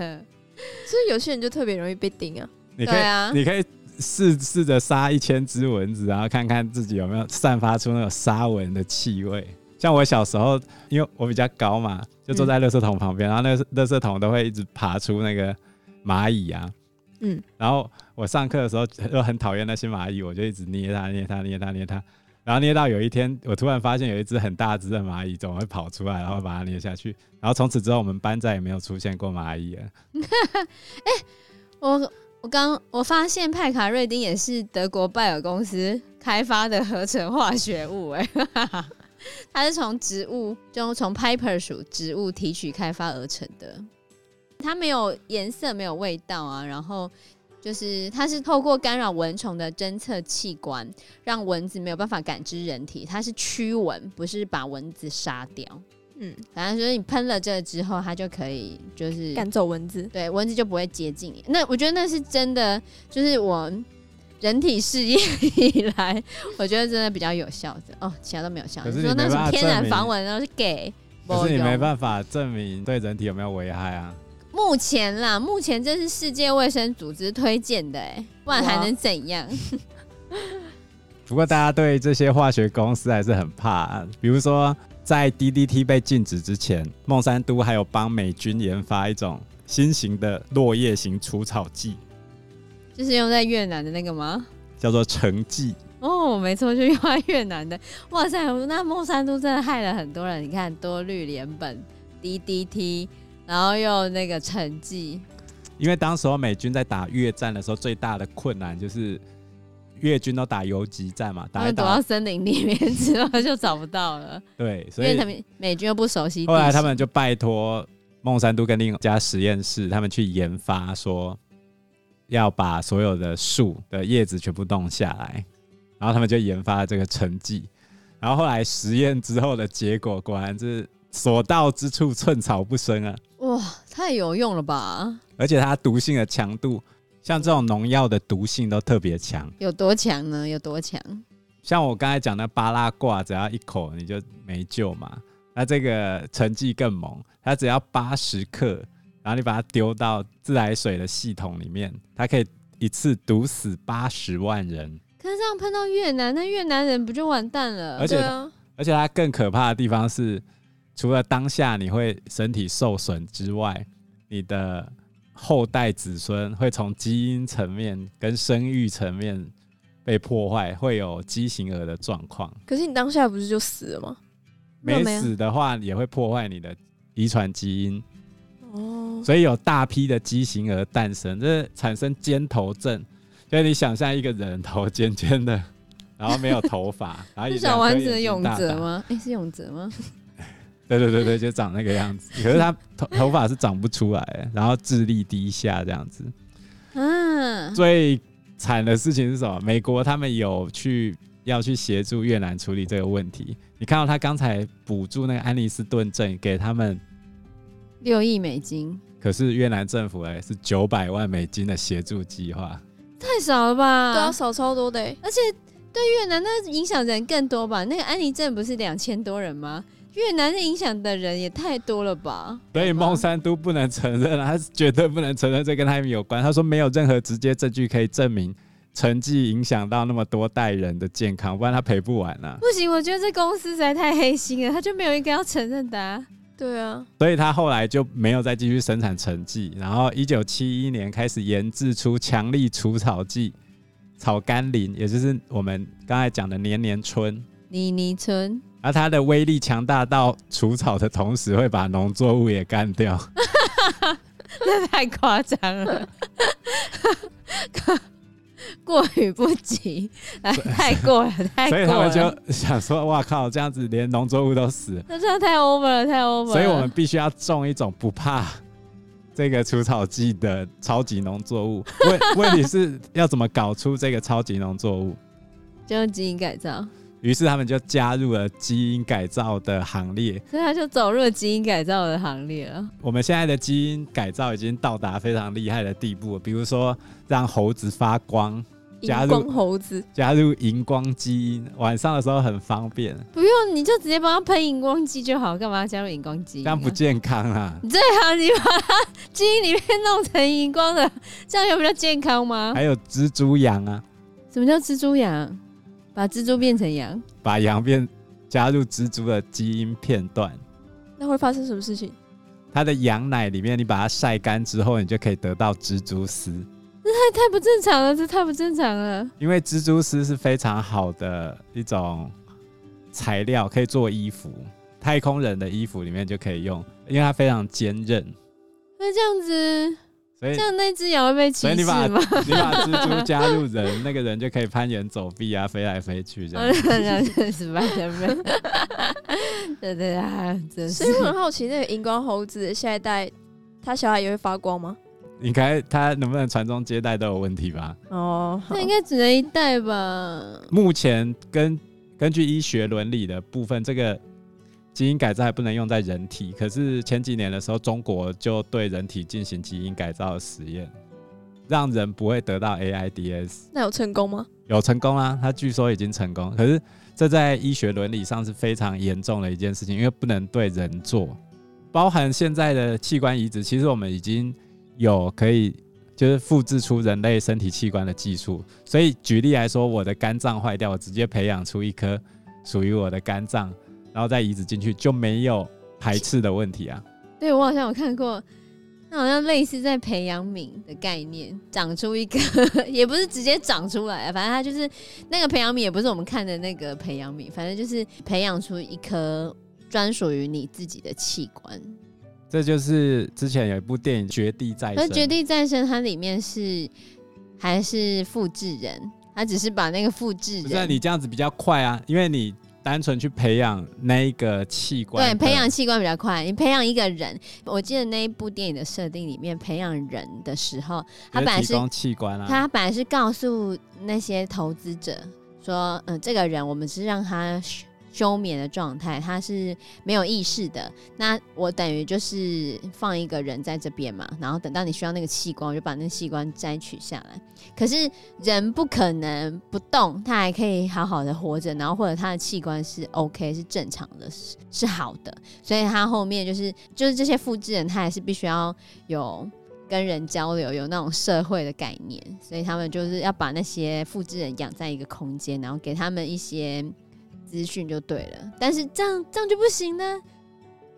[SPEAKER 1] 所以有些人就特别容易被叮啊。
[SPEAKER 2] 你可以，
[SPEAKER 3] 对啊
[SPEAKER 2] 你可以试试着杀一千只蚊子，然后看看自己有没有散发出那种杀蚊的气味。像我小时候，因为我比较高嘛，就坐在垃圾桶
[SPEAKER 3] 嗯
[SPEAKER 2] 旁边，然后那个垃圾桶都会一直爬出那个蚂蚁啊。
[SPEAKER 1] 嗯，
[SPEAKER 2] 然后我上课的时候就很讨厌那些蚂蚁，我就一直捏它、捏它、捏它、捏它，然后捏到有一天，我突然发现有一只很大只的蚂蚁总会跑出来，然后把它捏下去。然后从此之后，我们班再也没有出现过蚂蚁了。
[SPEAKER 3] 我我刚我发现派卡瑞丁也是德国拜耳公司开发的合成化学物、哎， 它是从植物，就从 Piper 属植物提取开发而成的。它没有颜色，没有味道啊，然后就是它是透过干扰蚊虫的侦测器官，让蚊子没有办法感知人体，它是驱蚊，不是把蚊子杀掉。
[SPEAKER 1] 嗯，
[SPEAKER 3] 反正就是你喷了这个之后，它就可以就是
[SPEAKER 1] 赶走蚊子。
[SPEAKER 3] 对，蚊子就不会接近你。那我觉得那是真的，就是我人体试验 以来，我觉得真的比较有效的哦，其他都没有效。
[SPEAKER 2] 可是
[SPEAKER 3] 你
[SPEAKER 2] 你
[SPEAKER 3] 说那
[SPEAKER 2] 没
[SPEAKER 3] 什
[SPEAKER 2] 办
[SPEAKER 3] 么
[SPEAKER 2] 法
[SPEAKER 3] 天
[SPEAKER 2] 证
[SPEAKER 3] 然
[SPEAKER 2] 明
[SPEAKER 3] 防蚊都是给，
[SPEAKER 2] 可是你没
[SPEAKER 3] 法。
[SPEAKER 2] 办法证明对人体有没有危害啊。
[SPEAKER 3] 目前啦，目前这是世界卫生组织推荐的、哎，不然还
[SPEAKER 1] 哇
[SPEAKER 3] 能怎样？
[SPEAKER 2] 不过大家对这些化学公司还是很怕、啊，比如说在 DDT 被禁止之前，孟山都还有帮美军研发一种新型的落叶型除草剂，
[SPEAKER 3] 就是用在越南的那个吗？
[SPEAKER 2] 叫做橙剂。
[SPEAKER 3] 哦，没错，就用在越南的。哇塞，那孟山都真的害了很多人。你看，多氯联苯、DDT，然后又那个成绩，
[SPEAKER 2] 因为当时候美军在打越战的时候，最大的困难就是越军都打游击战嘛，
[SPEAKER 3] 他
[SPEAKER 2] 打一
[SPEAKER 3] 们躲
[SPEAKER 2] 打
[SPEAKER 3] 到森林里面之后就找不到了，
[SPEAKER 2] 对，
[SPEAKER 3] 因
[SPEAKER 2] 所
[SPEAKER 3] 为
[SPEAKER 2] 以
[SPEAKER 3] 他们美军又不熟悉地形。
[SPEAKER 2] 后来他们就拜托孟山都跟另一家实验室，他们去研发说要把所有的树的叶子全部弄下来，然后他们就研发了这个成绩。然后后来实验之后的结果，果然是所到之处寸草不生啊！
[SPEAKER 3] 哇，太有用了吧？
[SPEAKER 2] 而且它毒性的强度，像这种农药的毒性都特别强。
[SPEAKER 3] 有多强呢？有多强？
[SPEAKER 2] 像我刚才讲的巴拉卦，只要一口你就没救嘛。那这个成绩更猛，它只要八十克，然后你把它丢到自来水的系统里面，它可以一次毒死八十万人。
[SPEAKER 3] 可是这样碰到越南，那越南人不就完蛋了？
[SPEAKER 2] 而且
[SPEAKER 1] 对啊，
[SPEAKER 2] 而且它更可怕的地方是，除了当下你会身体受损之外，你的后代子孙会从基因层面跟生育层面被破坏，会有畸形儿的状况。
[SPEAKER 1] 可是你当下不是就死了吗？
[SPEAKER 2] 没
[SPEAKER 1] 没有
[SPEAKER 2] 死的话也会破坏你的遗传基因，
[SPEAKER 1] 哦，
[SPEAKER 2] 所以有大批的畸形儿诞生，这产生尖头症。就是你想象一个人头尖尖的， 然后没有头发， 然后
[SPEAKER 3] 是
[SPEAKER 2] 也
[SPEAKER 3] 小丸子的
[SPEAKER 2] 两
[SPEAKER 3] 永
[SPEAKER 2] 颗眼睛大
[SPEAKER 3] 泽
[SPEAKER 2] 大？
[SPEAKER 3] 吗？哎、是永泽吗？
[SPEAKER 2] 对对对对，就长那个样 子。可是他头头发是长不出来，然后智力低下这样子。
[SPEAKER 1] 嗯
[SPEAKER 3] 啊，
[SPEAKER 2] 最惨的事情是什么？美国他们有去要去协助越南处理这个问题。你看到他刚才补助那个安妮斯顿镇给他们
[SPEAKER 3] 六亿美金，
[SPEAKER 2] 可是越南政府哎是九百万美金的协助计划，
[SPEAKER 3] 太少了吧？
[SPEAKER 1] 对啊，少超多的欸。
[SPEAKER 3] 而且对越南那影响人更多吧？那个安妮镇不是两千多人吗？越南的影响的人也太多了吧？
[SPEAKER 2] 所以孟山都不能承认啊，他是绝对不能承认这跟他们有关。他说没有任何直接证据可以证明成绩影响到那么多代人的健康，不然他赔不完啊。
[SPEAKER 3] 不行，我觉得这公司实在太黑心了，他就没有一个要承认的、啊。
[SPEAKER 1] 对啊，
[SPEAKER 2] 所以他后来就没有再继续生产成绩，然后一九七一年开始研制出强力除草剂草甘膦，也就是我们刚才讲的年年春。
[SPEAKER 3] 妮妮村，
[SPEAKER 2] 而它的威力强大到除草的同时会把农作物也干掉。
[SPEAKER 3] 这 太夸张了， 过于不及，来太过了，太
[SPEAKER 2] 所以
[SPEAKER 3] 过
[SPEAKER 2] 他
[SPEAKER 3] 了，
[SPEAKER 2] 们就想说：“哇靠，这样子连农作物都死了。
[SPEAKER 3] 那真的太 over 了，太”over 了。
[SPEAKER 2] 所以我们必须要种一种不怕这个除草剂的超级农作物。 问问题是要怎么搞出这个超级农作物？
[SPEAKER 3] 就基因改造，
[SPEAKER 2] 于是他们就加入了基因改造的行列。
[SPEAKER 3] 所以他就走入了基因改造的行列了。
[SPEAKER 2] 我们现在的基因改造已经到达非常厉害的地步，比如说让猴子发光，加
[SPEAKER 1] 荧
[SPEAKER 2] 入
[SPEAKER 1] 光猴子，
[SPEAKER 2] 加入荧光基因，晚上的时候很方便，
[SPEAKER 3] 不用，你就直接帮他喷荧光剂就好，干嘛要加入荧光剂、
[SPEAKER 2] 这样不健康啊。
[SPEAKER 3] 对啊，你把它基因里面弄成荧光的，这样有比较健康吗？
[SPEAKER 2] 还有蜘蛛羊啊，
[SPEAKER 3] 什么叫蜘蛛羊？把蜘蛛变成羊，
[SPEAKER 2] 把羊变加入蜘蛛的基因片段，
[SPEAKER 1] 那会发生什么事情？
[SPEAKER 2] 它的羊奶里面你把它晒干之后，你就可以得到蜘蛛丝。
[SPEAKER 3] 这太不正常了，这太不正常了。
[SPEAKER 2] 因为蜘蛛丝是非常好的一种材料，可以做衣服，太空人的衣服里面就可以用，因为它非常坚韧，
[SPEAKER 3] 那这样子，
[SPEAKER 2] 所以
[SPEAKER 3] 这样那只羊会被歧
[SPEAKER 2] 所以
[SPEAKER 3] 视
[SPEAKER 2] 你把
[SPEAKER 3] 吗？
[SPEAKER 2] 你把蜘蛛加入人，那个人就可以攀岩走壁啊，飞来飞去这
[SPEAKER 3] 啊
[SPEAKER 2] 样。
[SPEAKER 3] 这样子是吧？对不对？对对啊，真
[SPEAKER 1] 所
[SPEAKER 3] 是
[SPEAKER 1] 以我很好奇，那个荧光猴子的下一代，他小孩也会发光吗？
[SPEAKER 2] 应该他能不能传宗接代都有问题吧？
[SPEAKER 1] 哦，
[SPEAKER 3] 那应该只能一代吧？
[SPEAKER 2] 目前根根据医学伦理的部分，这个基因改造还不能用在人体，可是前几年的时候，中国就对人体进行基因改造的实验，让人不会得到 AIDS，
[SPEAKER 1] 那有成功吗？
[SPEAKER 2] 有成功啦、他据说已经成功，可是这在医学伦理上是非常严重的一件事情，因为不能对人做，包含现在的器官移植，其实我们已经有可以。就是复制出人类身体器官的技术，所以举例来说，我的肝脏坏掉，我直接培养出一颗属于我的肝脏，然后再移植进去，就没有排斥的问题啊。
[SPEAKER 3] 对我好像有看过，那好像类似在培养皿的概念，长出一个 也不是直接长出来啊，反正它就是那个培养皿，也不是我们看的那个培养皿，反正就是培养出一颗专属于你自己的器官。
[SPEAKER 2] 这就是之前有一部电影《绝地再
[SPEAKER 3] 而
[SPEAKER 2] 生
[SPEAKER 3] 《绝》，地再生》它里面是还是复制人，它只是把那个复制
[SPEAKER 2] 不是啊、
[SPEAKER 3] 人
[SPEAKER 2] 你这样子比较快啊，因为你单纯去培养那一个器官
[SPEAKER 3] 对
[SPEAKER 2] 的，
[SPEAKER 3] 培养器官比较快。你培养一个人，我记得那一部电影的设定里面，培养人的时候，它
[SPEAKER 2] 就
[SPEAKER 3] 本来
[SPEAKER 2] 提
[SPEAKER 3] 是
[SPEAKER 2] 供器官啊，
[SPEAKER 3] 他本来是告诉那些投资者说，嗯、这个人我们是让他休休眠的状态，他是没有意识的。那我等于就是放一个人在这边嘛，然后等到你需要那个器官，我就把那个器官摘取下来。可是人不可能不动，他还可以好好的活着，然后或者他的器官是 OK 是正常的，是是好的。所以他后面就是就是这些复制人，他还是必须要有跟人交流，有那种社会的概念，所以他们就是要把那些复制人养在一个空间，然后给他们一些资讯就对了。但是这样这样就不行呢，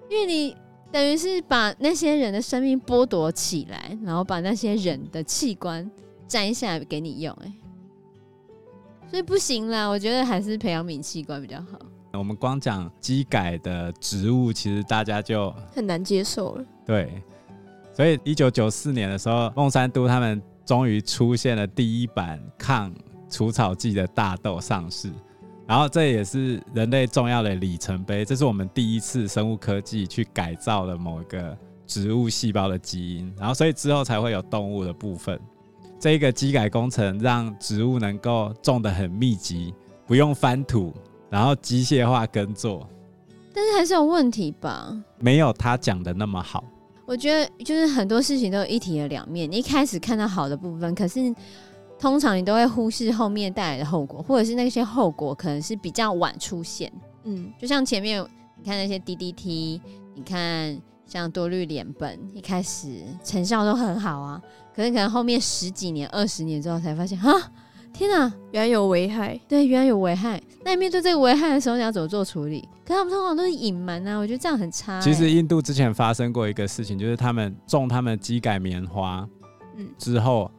[SPEAKER 3] 因为你等于是把那些人的生命剥夺起来，然后把那些人的器官摘下来给你用、哎，所以不行啦。我觉得还是培养皿器官比较好。
[SPEAKER 2] 我们光讲机改的植物，其实大家就
[SPEAKER 1] 很难接受了。
[SPEAKER 2] 对，所以一九九四年的时候，孟山都他们终于出现了第一版抗除草剂的大豆上市，然后这也是人类重要的里程碑，这是我们第一次生物科技去改造了某个植物细胞的基因，然后所以之后才会有动物的部分。这个机改工程让植物能够种得很密集，不用翻土，然后机械化耕作，
[SPEAKER 3] 但是还是有问题吧？
[SPEAKER 2] 没有他讲的那么好。
[SPEAKER 3] 我觉得就是很多事情都有一体的两面。你一开始看到好的部分，可是通常你都会忽视后面带来的后果，或者是那些后果可能是比较晚出现。
[SPEAKER 1] 嗯，
[SPEAKER 3] 就像前面你看那些 DDT，你看嗯像多氯联苯，一开始成效都很好啊，可是可能后面十几年、二十年之后才发现，啊，天哪、
[SPEAKER 1] 原来有危害。
[SPEAKER 3] 对，原来有危害。那你面对这个危害的时候，你要怎么做处理？可他们通常都是隐瞒啊，我觉得这样很差欸、
[SPEAKER 2] 其 实印度之前发生过一个事情，就是他们种他们机改棉花
[SPEAKER 1] 嗯，
[SPEAKER 2] 之后，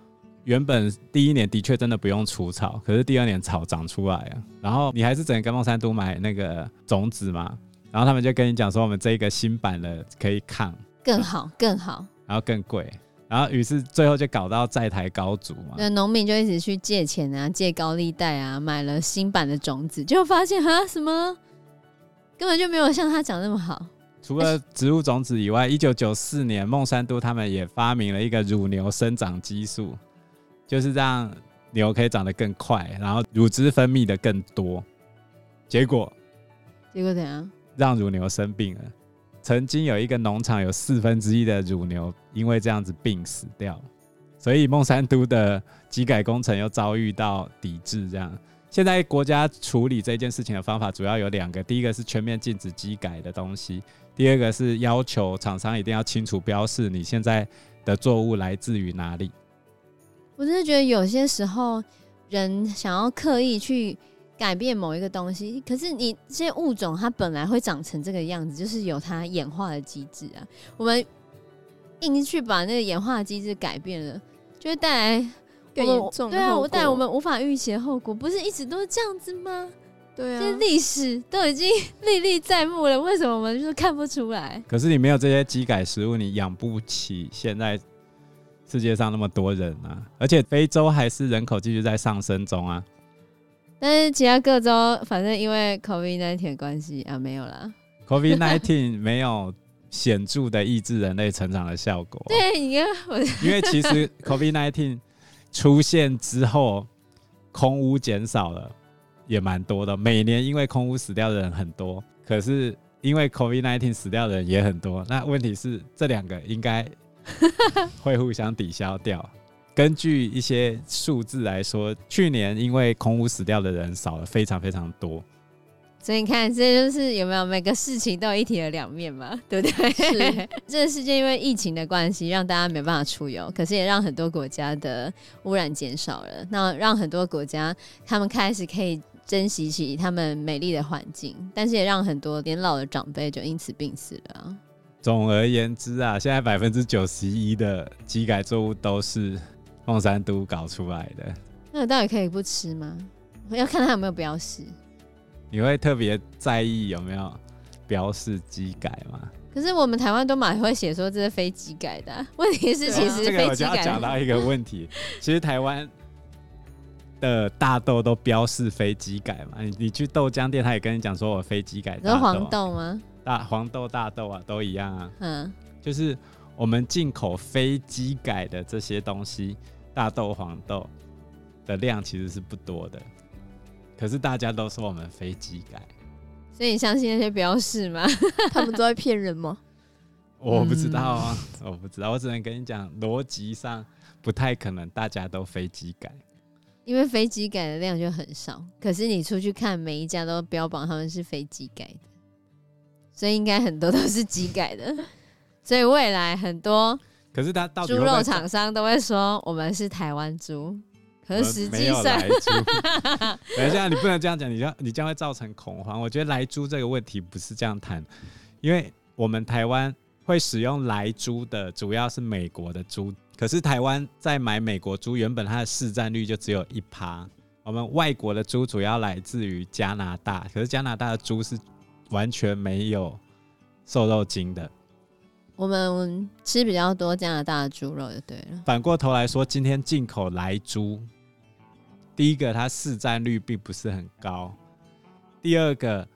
[SPEAKER 2] 原本第一年的确真的不用除草，可是第二年草长出来了，然后你还是只能跟孟山都买那个种子嘛，然后他们就跟你讲说我们这个新版的可以抗，
[SPEAKER 3] 更好，更好。
[SPEAKER 2] 然后更贵，然后于是最后就搞到债台高筑嘛。
[SPEAKER 3] 那农民就一直去借钱啊，借高利贷啊，买了新版的种子，结果发现哈什么根本就没有像他讲那么好。
[SPEAKER 2] 除了植物种子以外，一九九四年孟山都他们也发明了一个乳牛生长激素，就是让牛可以长得更快，然后乳汁分泌的更多。结果
[SPEAKER 3] 结果怎样？
[SPEAKER 2] 让乳牛生病了。曾经有一个农场有四分之一的乳牛因为这样子病死掉了，所以孟山都的机改工程又遭遇到抵制。这样，现在国家处理这件事情的方法主要有两个，第一个是全面禁止机改的东西，第二个是要求厂商一定要清楚标示你现在的作物来自于哪里。
[SPEAKER 3] 我真的觉得有些时候人想要刻意去改变某一个东西，可是你这些物种它本来会长成这个样子，就是有它演化的机制啊。我们硬去把那个演化的机制改变了，就会带来
[SPEAKER 1] 更
[SPEAKER 3] 我们
[SPEAKER 1] 严重的
[SPEAKER 3] 对啊，
[SPEAKER 1] 后
[SPEAKER 3] 我带来
[SPEAKER 1] 果
[SPEAKER 3] 我们无法预期的后果。不是一直都是这样子吗？
[SPEAKER 1] 对
[SPEAKER 3] 这
[SPEAKER 1] 啊
[SPEAKER 3] 些，历史都已经历历在目了，为什么我们就是看不出来？
[SPEAKER 2] 可是你没有这些机改食物，你养不起现在世界上那么多人啊！而且非洲还是人口继续在上升中啊。
[SPEAKER 3] 但是其他各州，反正因为 COVID 那天关系啊，没有啦。
[SPEAKER 2] COVID 19没有显著的抑制人类成长的效果，
[SPEAKER 1] 哦
[SPEAKER 3] 对，你看我
[SPEAKER 2] 因为其实 COVID 19出现之后，空屋减少了，也蛮多的。每年因为空屋死掉的人很多，可是因为 COVID 19死掉的人也很多。那问题是，这两个应该会互相抵消掉。根据一些数字来说，去年因为空屋死掉的人少了非常非常多，
[SPEAKER 3] 所以你看，这就是有没有每个事情都有一体的两面嘛， 对不对？
[SPEAKER 1] 是
[SPEAKER 3] 这个世界因为疫情的关系，让大家没办法出游，可是也让很多国家的污染减少了，那让很多国家他们开始可以珍惜起他们美丽的环境，但是也让很多年老的长辈就因此病死了啊。
[SPEAKER 2] 总而言之啊，现在百分之九十一的机改作物都是凤山都搞出来的。
[SPEAKER 3] 那我到底可以不吃吗？要看他有没有标识。
[SPEAKER 2] 你会特别在意有没有标示机改吗？
[SPEAKER 3] 可是我们台湾都蛮会写说这是非机改的啊、 问题是
[SPEAKER 1] 对啊
[SPEAKER 3] 其实
[SPEAKER 2] 这个
[SPEAKER 3] 非
[SPEAKER 2] 我
[SPEAKER 3] 机
[SPEAKER 2] 就要
[SPEAKER 3] 改
[SPEAKER 2] 讲
[SPEAKER 3] 的
[SPEAKER 2] 到一个问 题，其实台湾的大豆都标示非机改嘛，你你去豆浆店，他也跟你讲说我非机改
[SPEAKER 3] 你
[SPEAKER 2] 大
[SPEAKER 3] 说
[SPEAKER 2] 豆，啊
[SPEAKER 3] 黄豆吗？
[SPEAKER 2] 大黄豆大豆啊都一样啊，
[SPEAKER 3] 嗯，
[SPEAKER 2] 就是我们进口非机改的这些东西，大豆、黄豆的量其实是不多的，可是大家都说我们非机改，
[SPEAKER 3] 所以你相信那些标示吗？
[SPEAKER 1] 他们都在骗人吗？
[SPEAKER 2] 我不知道啊，
[SPEAKER 3] 嗯
[SPEAKER 2] 我不知道，我只能跟你讲，逻辑上不太可能大家都非机改。
[SPEAKER 3] 因为飞机改的量就很少，可是你出去看每一家都标榜他们是飞机改的，所以应该很多都是机改的。 所以未来很多
[SPEAKER 2] 可是他到底
[SPEAKER 3] 猪
[SPEAKER 2] 会不会
[SPEAKER 3] 肉厂商都会说我们是台湾猪，
[SPEAKER 2] 我
[SPEAKER 3] 可
[SPEAKER 2] 们
[SPEAKER 3] 是实
[SPEAKER 2] 没
[SPEAKER 3] 际
[SPEAKER 2] 有
[SPEAKER 3] 上
[SPEAKER 2] 来 猪，等一下，你不能这样讲，你这样你这样会造成恐慌。我觉得来猪这个问题不是这样谈，因为我们台湾会使用来猪的主要是美国的猪，可是台湾在买美国猪，原本它的市占率就只有一趴。我们外国的猪主要来自于加拿大，可是加拿大的猪是完全没有瘦肉精的。
[SPEAKER 3] 我们吃比较多加拿大的猪肉就对了。
[SPEAKER 2] 反过头来说，今天进口来猪，第一个它市占率并不是很高，第二个，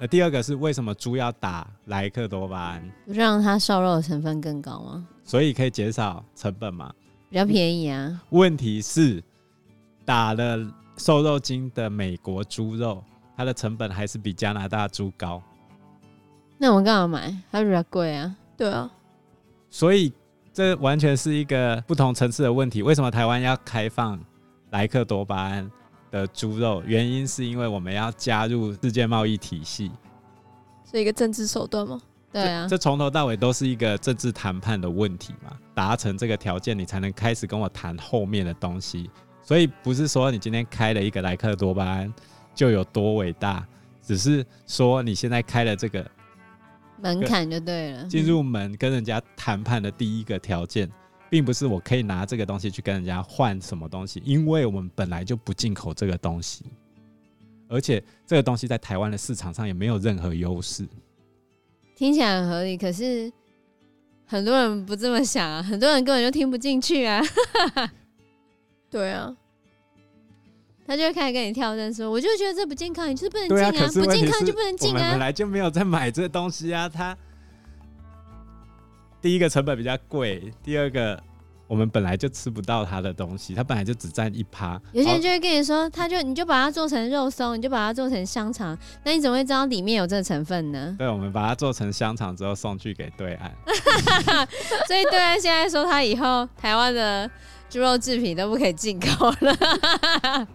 [SPEAKER 2] 呃，第二个是为什么猪要打莱克多巴胺？
[SPEAKER 3] 不是让它瘦肉的成分更高吗？
[SPEAKER 2] 所以可以减少成本嘛？
[SPEAKER 3] 比较便宜啊。
[SPEAKER 2] 问题是，打了瘦肉精的美国猪肉，它的成本还是比加拿大猪高，
[SPEAKER 3] 那我们干嘛买？它比较贵啊。
[SPEAKER 1] 对啊，
[SPEAKER 2] 所以这完全是一个不同层次的问题。为什么台湾要开放莱克多巴胺的猪肉？原因是因为我们要加入世界贸易体系。
[SPEAKER 1] 是一个政治手段吗？
[SPEAKER 3] 对啊
[SPEAKER 2] 这，这从头到尾都是一个政治谈判的问题嘛。达成这个条件，你才能开始跟我谈后面的东西。所以不是说你今天开了一个莱克多巴胺就有多伟大，只是说你现在开了这个
[SPEAKER 3] 门槛就对了。
[SPEAKER 2] 进入门跟人家谈判的第一个条件，并不是我可以拿这个东西去跟人家换什么东西，因为我们本来就不进口这个东西，而且这个东西在台湾的市场上也没有任何优势。
[SPEAKER 3] 听起来很合理，可是很多人不这么想啊，很多人根本就听不进去啊，
[SPEAKER 1] 对啊，
[SPEAKER 3] 他就会开始跟你跳针说，我就觉得这不健康，你就是不能进
[SPEAKER 2] 对啊，可是
[SPEAKER 3] 不
[SPEAKER 2] 问题
[SPEAKER 3] 健康
[SPEAKER 2] 是
[SPEAKER 3] 就不能
[SPEAKER 2] 我
[SPEAKER 3] 进
[SPEAKER 2] 们本
[SPEAKER 3] 啊。
[SPEAKER 2] 来就没有在买这东西啊，它第一个成本比较贵，第二个我们本来就吃不到它的东西，它本来就只占一趴。
[SPEAKER 3] 有些人
[SPEAKER 2] 哦
[SPEAKER 3] 就会跟你说，他就你就把它做成肉松，你就把它做成香肠，那你怎么会知道里面有这个成分呢？
[SPEAKER 2] 对，我们把它做成香肠之后送去给对岸。
[SPEAKER 3] 所以对岸现在说他以后台湾的猪肉制品都不可以进口了。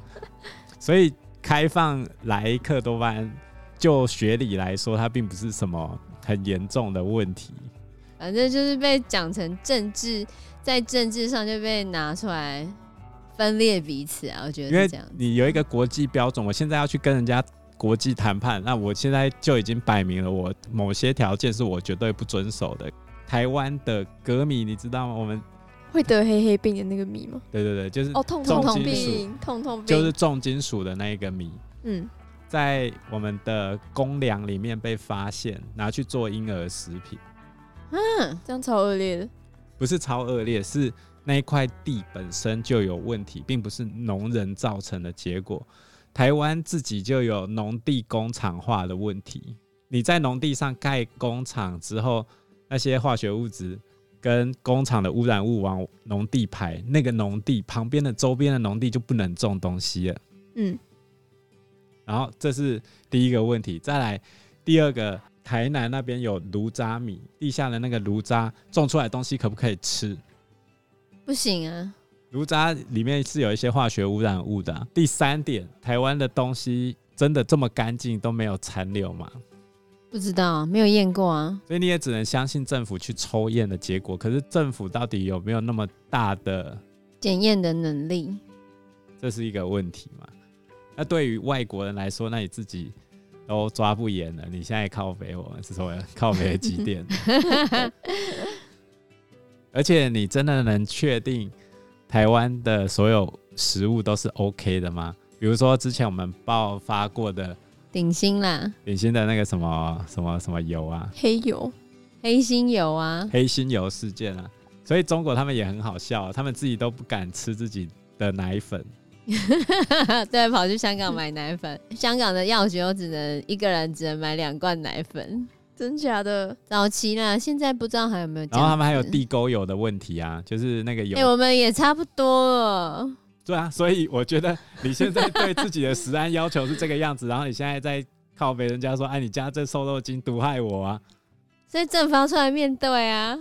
[SPEAKER 2] 所以开放莱克多巴胺，就学理来说，它并不是什么很严重的问题。
[SPEAKER 3] 反正就是被讲成政治，在政治上就被拿出来分裂彼此啊，我觉
[SPEAKER 2] 因
[SPEAKER 3] 得
[SPEAKER 2] 为
[SPEAKER 3] 是这样。
[SPEAKER 2] 你有一个国际标准，我现在要去跟人家国际谈判，那我现在就已经摆明了，我某些条件是我绝对不遵守的。台湾的革米，你知道吗？我们
[SPEAKER 1] 会得黑黑病的那个米吗？
[SPEAKER 2] 对对对，就是、
[SPEAKER 1] 哦，痛
[SPEAKER 2] 重
[SPEAKER 1] 痛
[SPEAKER 2] 金属
[SPEAKER 1] 病，痛痛病，
[SPEAKER 2] 就是重金属的那一个米，
[SPEAKER 1] 嗯，
[SPEAKER 2] 在我们的公粮里面被发现，拿去做婴儿食品，
[SPEAKER 3] 嗯，
[SPEAKER 1] 这样超恶劣的。
[SPEAKER 2] 不是超恶劣，是那一块地本身就有问题，并不是农人造成的结果。台湾自己就有农地工厂化的问题，你在农地上盖工厂之后，那些化学物质跟工厂的污染物往农地排，那个农地旁边的周边的农地就不能种东西了。
[SPEAKER 1] 嗯，
[SPEAKER 2] 然后这是第一个问题，再来第二个，台南那边有芦渣米，地下的那个芦渣种出来的东西可不可以吃？
[SPEAKER 3] 不行啊，
[SPEAKER 2] 芦渣里面是有一些化学污染物的啊、第三点，台湾的东西真的这么干净都没有残留吗？
[SPEAKER 3] 不知道啊，没有验过啊。
[SPEAKER 2] 所以你也只能相信政府去抽验的结果。可是政府到底有没有那么大的
[SPEAKER 3] 检验的能力，
[SPEAKER 2] 这是一个问题嘛？那对于外国人来说，那你自己都抓不严了，你现在靠北我是什么靠北几点？而且你真的能确定台湾的所有食物都是 OK 的吗？比如说之前我们爆发过的
[SPEAKER 3] 顶新啦，
[SPEAKER 2] 领先的那个什么什么什么油啊，
[SPEAKER 1] 黑油，
[SPEAKER 3] 黑心油啊，
[SPEAKER 2] 黑心油事件啊，所以中国他们也很好笑，啊他们自己都不敢吃自己的奶粉。
[SPEAKER 3] 对，跑去香港买奶粉，香港的药局又只能一个人只能买两罐奶粉。
[SPEAKER 1] 真假的？
[SPEAKER 3] 早期啦，现在不知道还有没有这
[SPEAKER 2] 然
[SPEAKER 3] 样
[SPEAKER 2] 后
[SPEAKER 3] 子。
[SPEAKER 2] 他们还有地沟油的问题啊，就是那个油
[SPEAKER 3] 哎、我们也差不多了。
[SPEAKER 2] 对啊，所以我觉得你现在对自己的食安要求是这个样子，然后你现在在靠别人家说，哎，你家这瘦肉精毒害我 啊！
[SPEAKER 3] 所以正方出来面对啊，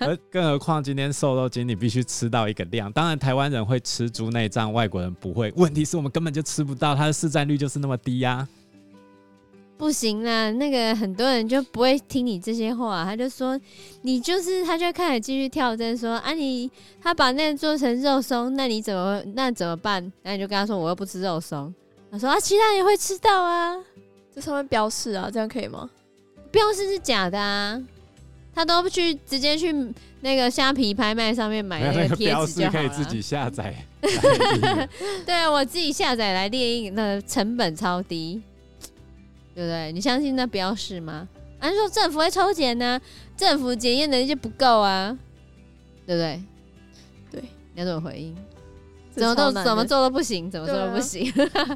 [SPEAKER 2] 而更何况今天瘦肉精你必须吃到一个量，当然台湾人会吃猪内脏，外国人不会。问题是我们根本就吃不到，它的市占率就是那么低呀、啊。
[SPEAKER 3] 不行啦，那个很多人就不会听你这些话，他就说你就是，他就开始继续跳针说啊你他把那个做成肉松，那你怎么那怎么办？那你就跟他说我又不吃肉松，他说啊其他人会吃到啊，
[SPEAKER 1] 这上面标示啊，这样可以吗？
[SPEAKER 3] 标示是假的啊，他都去直接去那个虾皮拍卖上面 买
[SPEAKER 2] 那
[SPEAKER 3] 那
[SPEAKER 2] 个
[SPEAKER 3] 个哎贴
[SPEAKER 2] 标
[SPEAKER 3] 纸
[SPEAKER 2] 示
[SPEAKER 3] 啊就好
[SPEAKER 2] 可以
[SPEAKER 3] 了。
[SPEAKER 2] 自己下载。 来印
[SPEAKER 3] 对啊，我自己下载来猎印，那成本超低，对不对？你相信那标示吗？按、啊、说政府会抽检呢、政府检验能力就不够啊，对不对？
[SPEAKER 1] 对，
[SPEAKER 3] 你要怎么回应？
[SPEAKER 1] 这
[SPEAKER 3] 怎么都
[SPEAKER 1] 超难的
[SPEAKER 3] 怎么？做都不行，怎么做都不行。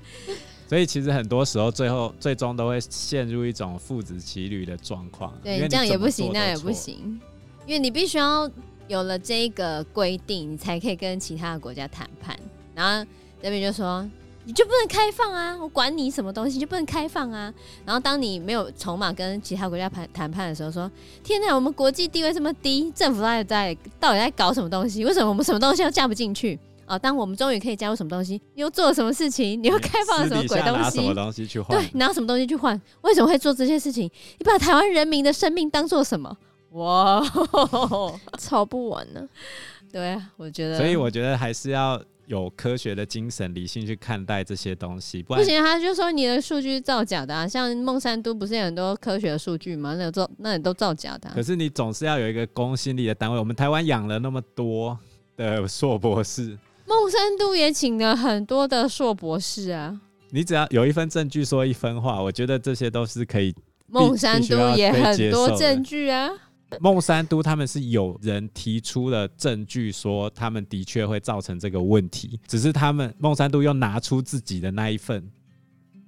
[SPEAKER 2] 所以其实很多时候，最后最终都会陷入一种父子骑驴的状况。
[SPEAKER 3] 对
[SPEAKER 2] 因为
[SPEAKER 3] 你这样
[SPEAKER 2] 怎
[SPEAKER 3] 也
[SPEAKER 2] 么
[SPEAKER 3] 不行，
[SPEAKER 2] 做
[SPEAKER 3] 那
[SPEAKER 2] 都
[SPEAKER 3] 也不
[SPEAKER 2] 错。
[SPEAKER 3] 行，因为你必须要有了这一个规定，你才可以跟其他的国家谈判。然后这边就说。你就不能开放啊！我管你什么东西，你就不能开放啊！然后当你没有筹码跟其他国家谈谈判的时候，说：“天哪，我们国际地位这么低，政府到底在到底在搞什么东西？为什么我们什么东西都加不进去？哦，当我们终于可以加入什么东西，你又做了什么事情？你又开放了
[SPEAKER 2] 私
[SPEAKER 3] 什么
[SPEAKER 2] 底
[SPEAKER 3] 鬼
[SPEAKER 2] 下
[SPEAKER 3] 东
[SPEAKER 2] 拿
[SPEAKER 3] 西？
[SPEAKER 2] 什么东西去换
[SPEAKER 3] 对？，拿什么东西去换？为什么会做这些事情？你把台湾人民的生命当做什么？哇，
[SPEAKER 1] 吵不完呢、
[SPEAKER 3] 对啊，我觉得，
[SPEAKER 2] 所以我觉得还是要有科学的精神、理性去看待这些东西，不
[SPEAKER 3] 不
[SPEAKER 2] 然
[SPEAKER 3] 行，啊他就说你的数据是造假的、啊，像孟山都不是有很多科学的数据吗？那有造那也都造假的啊、
[SPEAKER 2] 可是你总是要有一个公信力的单位。我们台湾养了那么多的硕博士，
[SPEAKER 3] 孟山都也请了很多的硕博士啊，
[SPEAKER 2] 你只要有一份证据说一分话，我觉得这些都是可以。
[SPEAKER 3] 孟山
[SPEAKER 2] 必须
[SPEAKER 3] 都
[SPEAKER 2] 要
[SPEAKER 3] 也
[SPEAKER 2] 被
[SPEAKER 3] 很
[SPEAKER 2] 接
[SPEAKER 3] 多
[SPEAKER 2] 受的
[SPEAKER 3] 证据啊。
[SPEAKER 2] 孟山都他们是有人提出了证据说他们的确会造成这个问题，只是他们孟山都又拿出自己的那一份。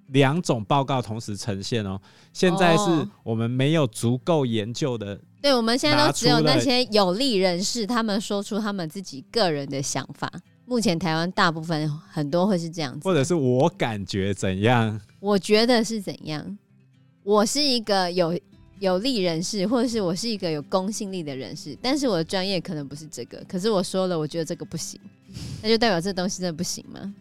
[SPEAKER 2] 两种报告同时呈现哦，现在是
[SPEAKER 3] 哦
[SPEAKER 2] 我们没有足够研究的
[SPEAKER 3] 对，我们现在都只
[SPEAKER 2] 拿
[SPEAKER 3] 有
[SPEAKER 2] 出了
[SPEAKER 3] 那些有利人士，他们说出他们自己个人的想法。目前台湾大部分很多会是这样子，
[SPEAKER 2] 或者是我感觉怎样？
[SPEAKER 3] 我觉得是怎样？我是一个有有利人士，或者是我是一个有公信力的人士，但是我的专业可能不是这个。可是我说了，我觉得这个不行，那就代表这东西真的不行吗？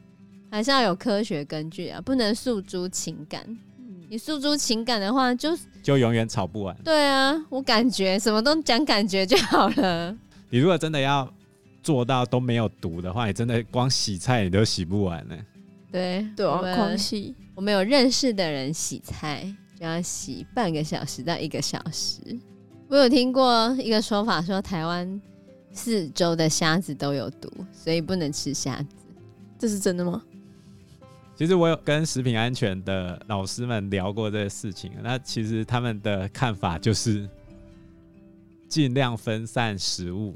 [SPEAKER 3] 还是要有科学根据啊，不能诉诸情感。
[SPEAKER 1] 嗯
[SPEAKER 3] 你诉诸情感的话，就
[SPEAKER 2] 就永远吵不完。
[SPEAKER 3] 对啊，我感觉什么都讲感觉就好了。
[SPEAKER 2] 你如果真的要做到都没有毒的话，你真的光洗菜你都洗不完呢、
[SPEAKER 3] 对
[SPEAKER 1] 对
[SPEAKER 3] 我
[SPEAKER 1] 啊，狂
[SPEAKER 3] 们
[SPEAKER 1] 喜。
[SPEAKER 3] 我们有认识的人洗菜，就要洗半个小时到一个小时。我有听过一个说法，说台湾四周的虾子都有毒，所以不能吃虾子。
[SPEAKER 1] 这是真的吗？
[SPEAKER 2] 其实我有跟食品安全的老师们聊过这个事情，那其实他们的看法就是尽量分散食物，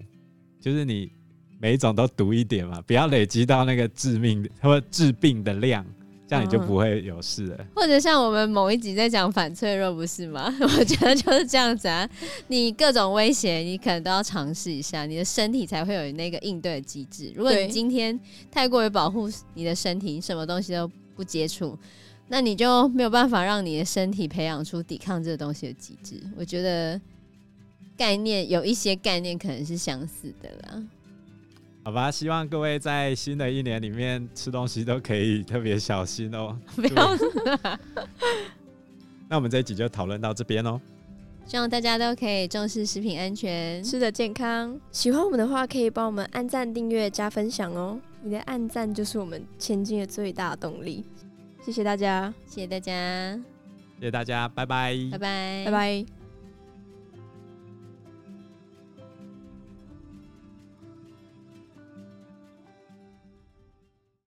[SPEAKER 2] 就是你每一种都毒一点嘛，不要累积到那个致命或致病的量，这样你就
[SPEAKER 1] 嗯
[SPEAKER 2] 不会有事了。
[SPEAKER 3] 或者像我们某一集在讲反脆弱，不是吗？ 我觉得就是这样子啊，你各种威胁，你可能都要尝试一下，你的身体才会有那个应对的机制。如果你
[SPEAKER 1] 对
[SPEAKER 3] 今天太过于保护你的身体，你什么东西都不接触，那你就没有办法让你的身体培养出抵抗这个东西的机制。我觉得概念有一些概念可能是相似的啦。
[SPEAKER 2] 好吧，希望各位在新的一年里面吃东西都可以特别小心哦。
[SPEAKER 3] 不要，啊
[SPEAKER 2] 那我们这一集就讨论到这边哦。
[SPEAKER 3] 希望大家都可以重视食品安全。
[SPEAKER 1] 吃的健康。喜欢我们的话，可以帮我们按赞、订阅、加分享哦。你的按赞就是我们前进的最大动力。谢谢大家，
[SPEAKER 3] 谢谢大家，
[SPEAKER 2] 谢谢大家，拜拜，
[SPEAKER 3] 拜拜，
[SPEAKER 1] 拜拜。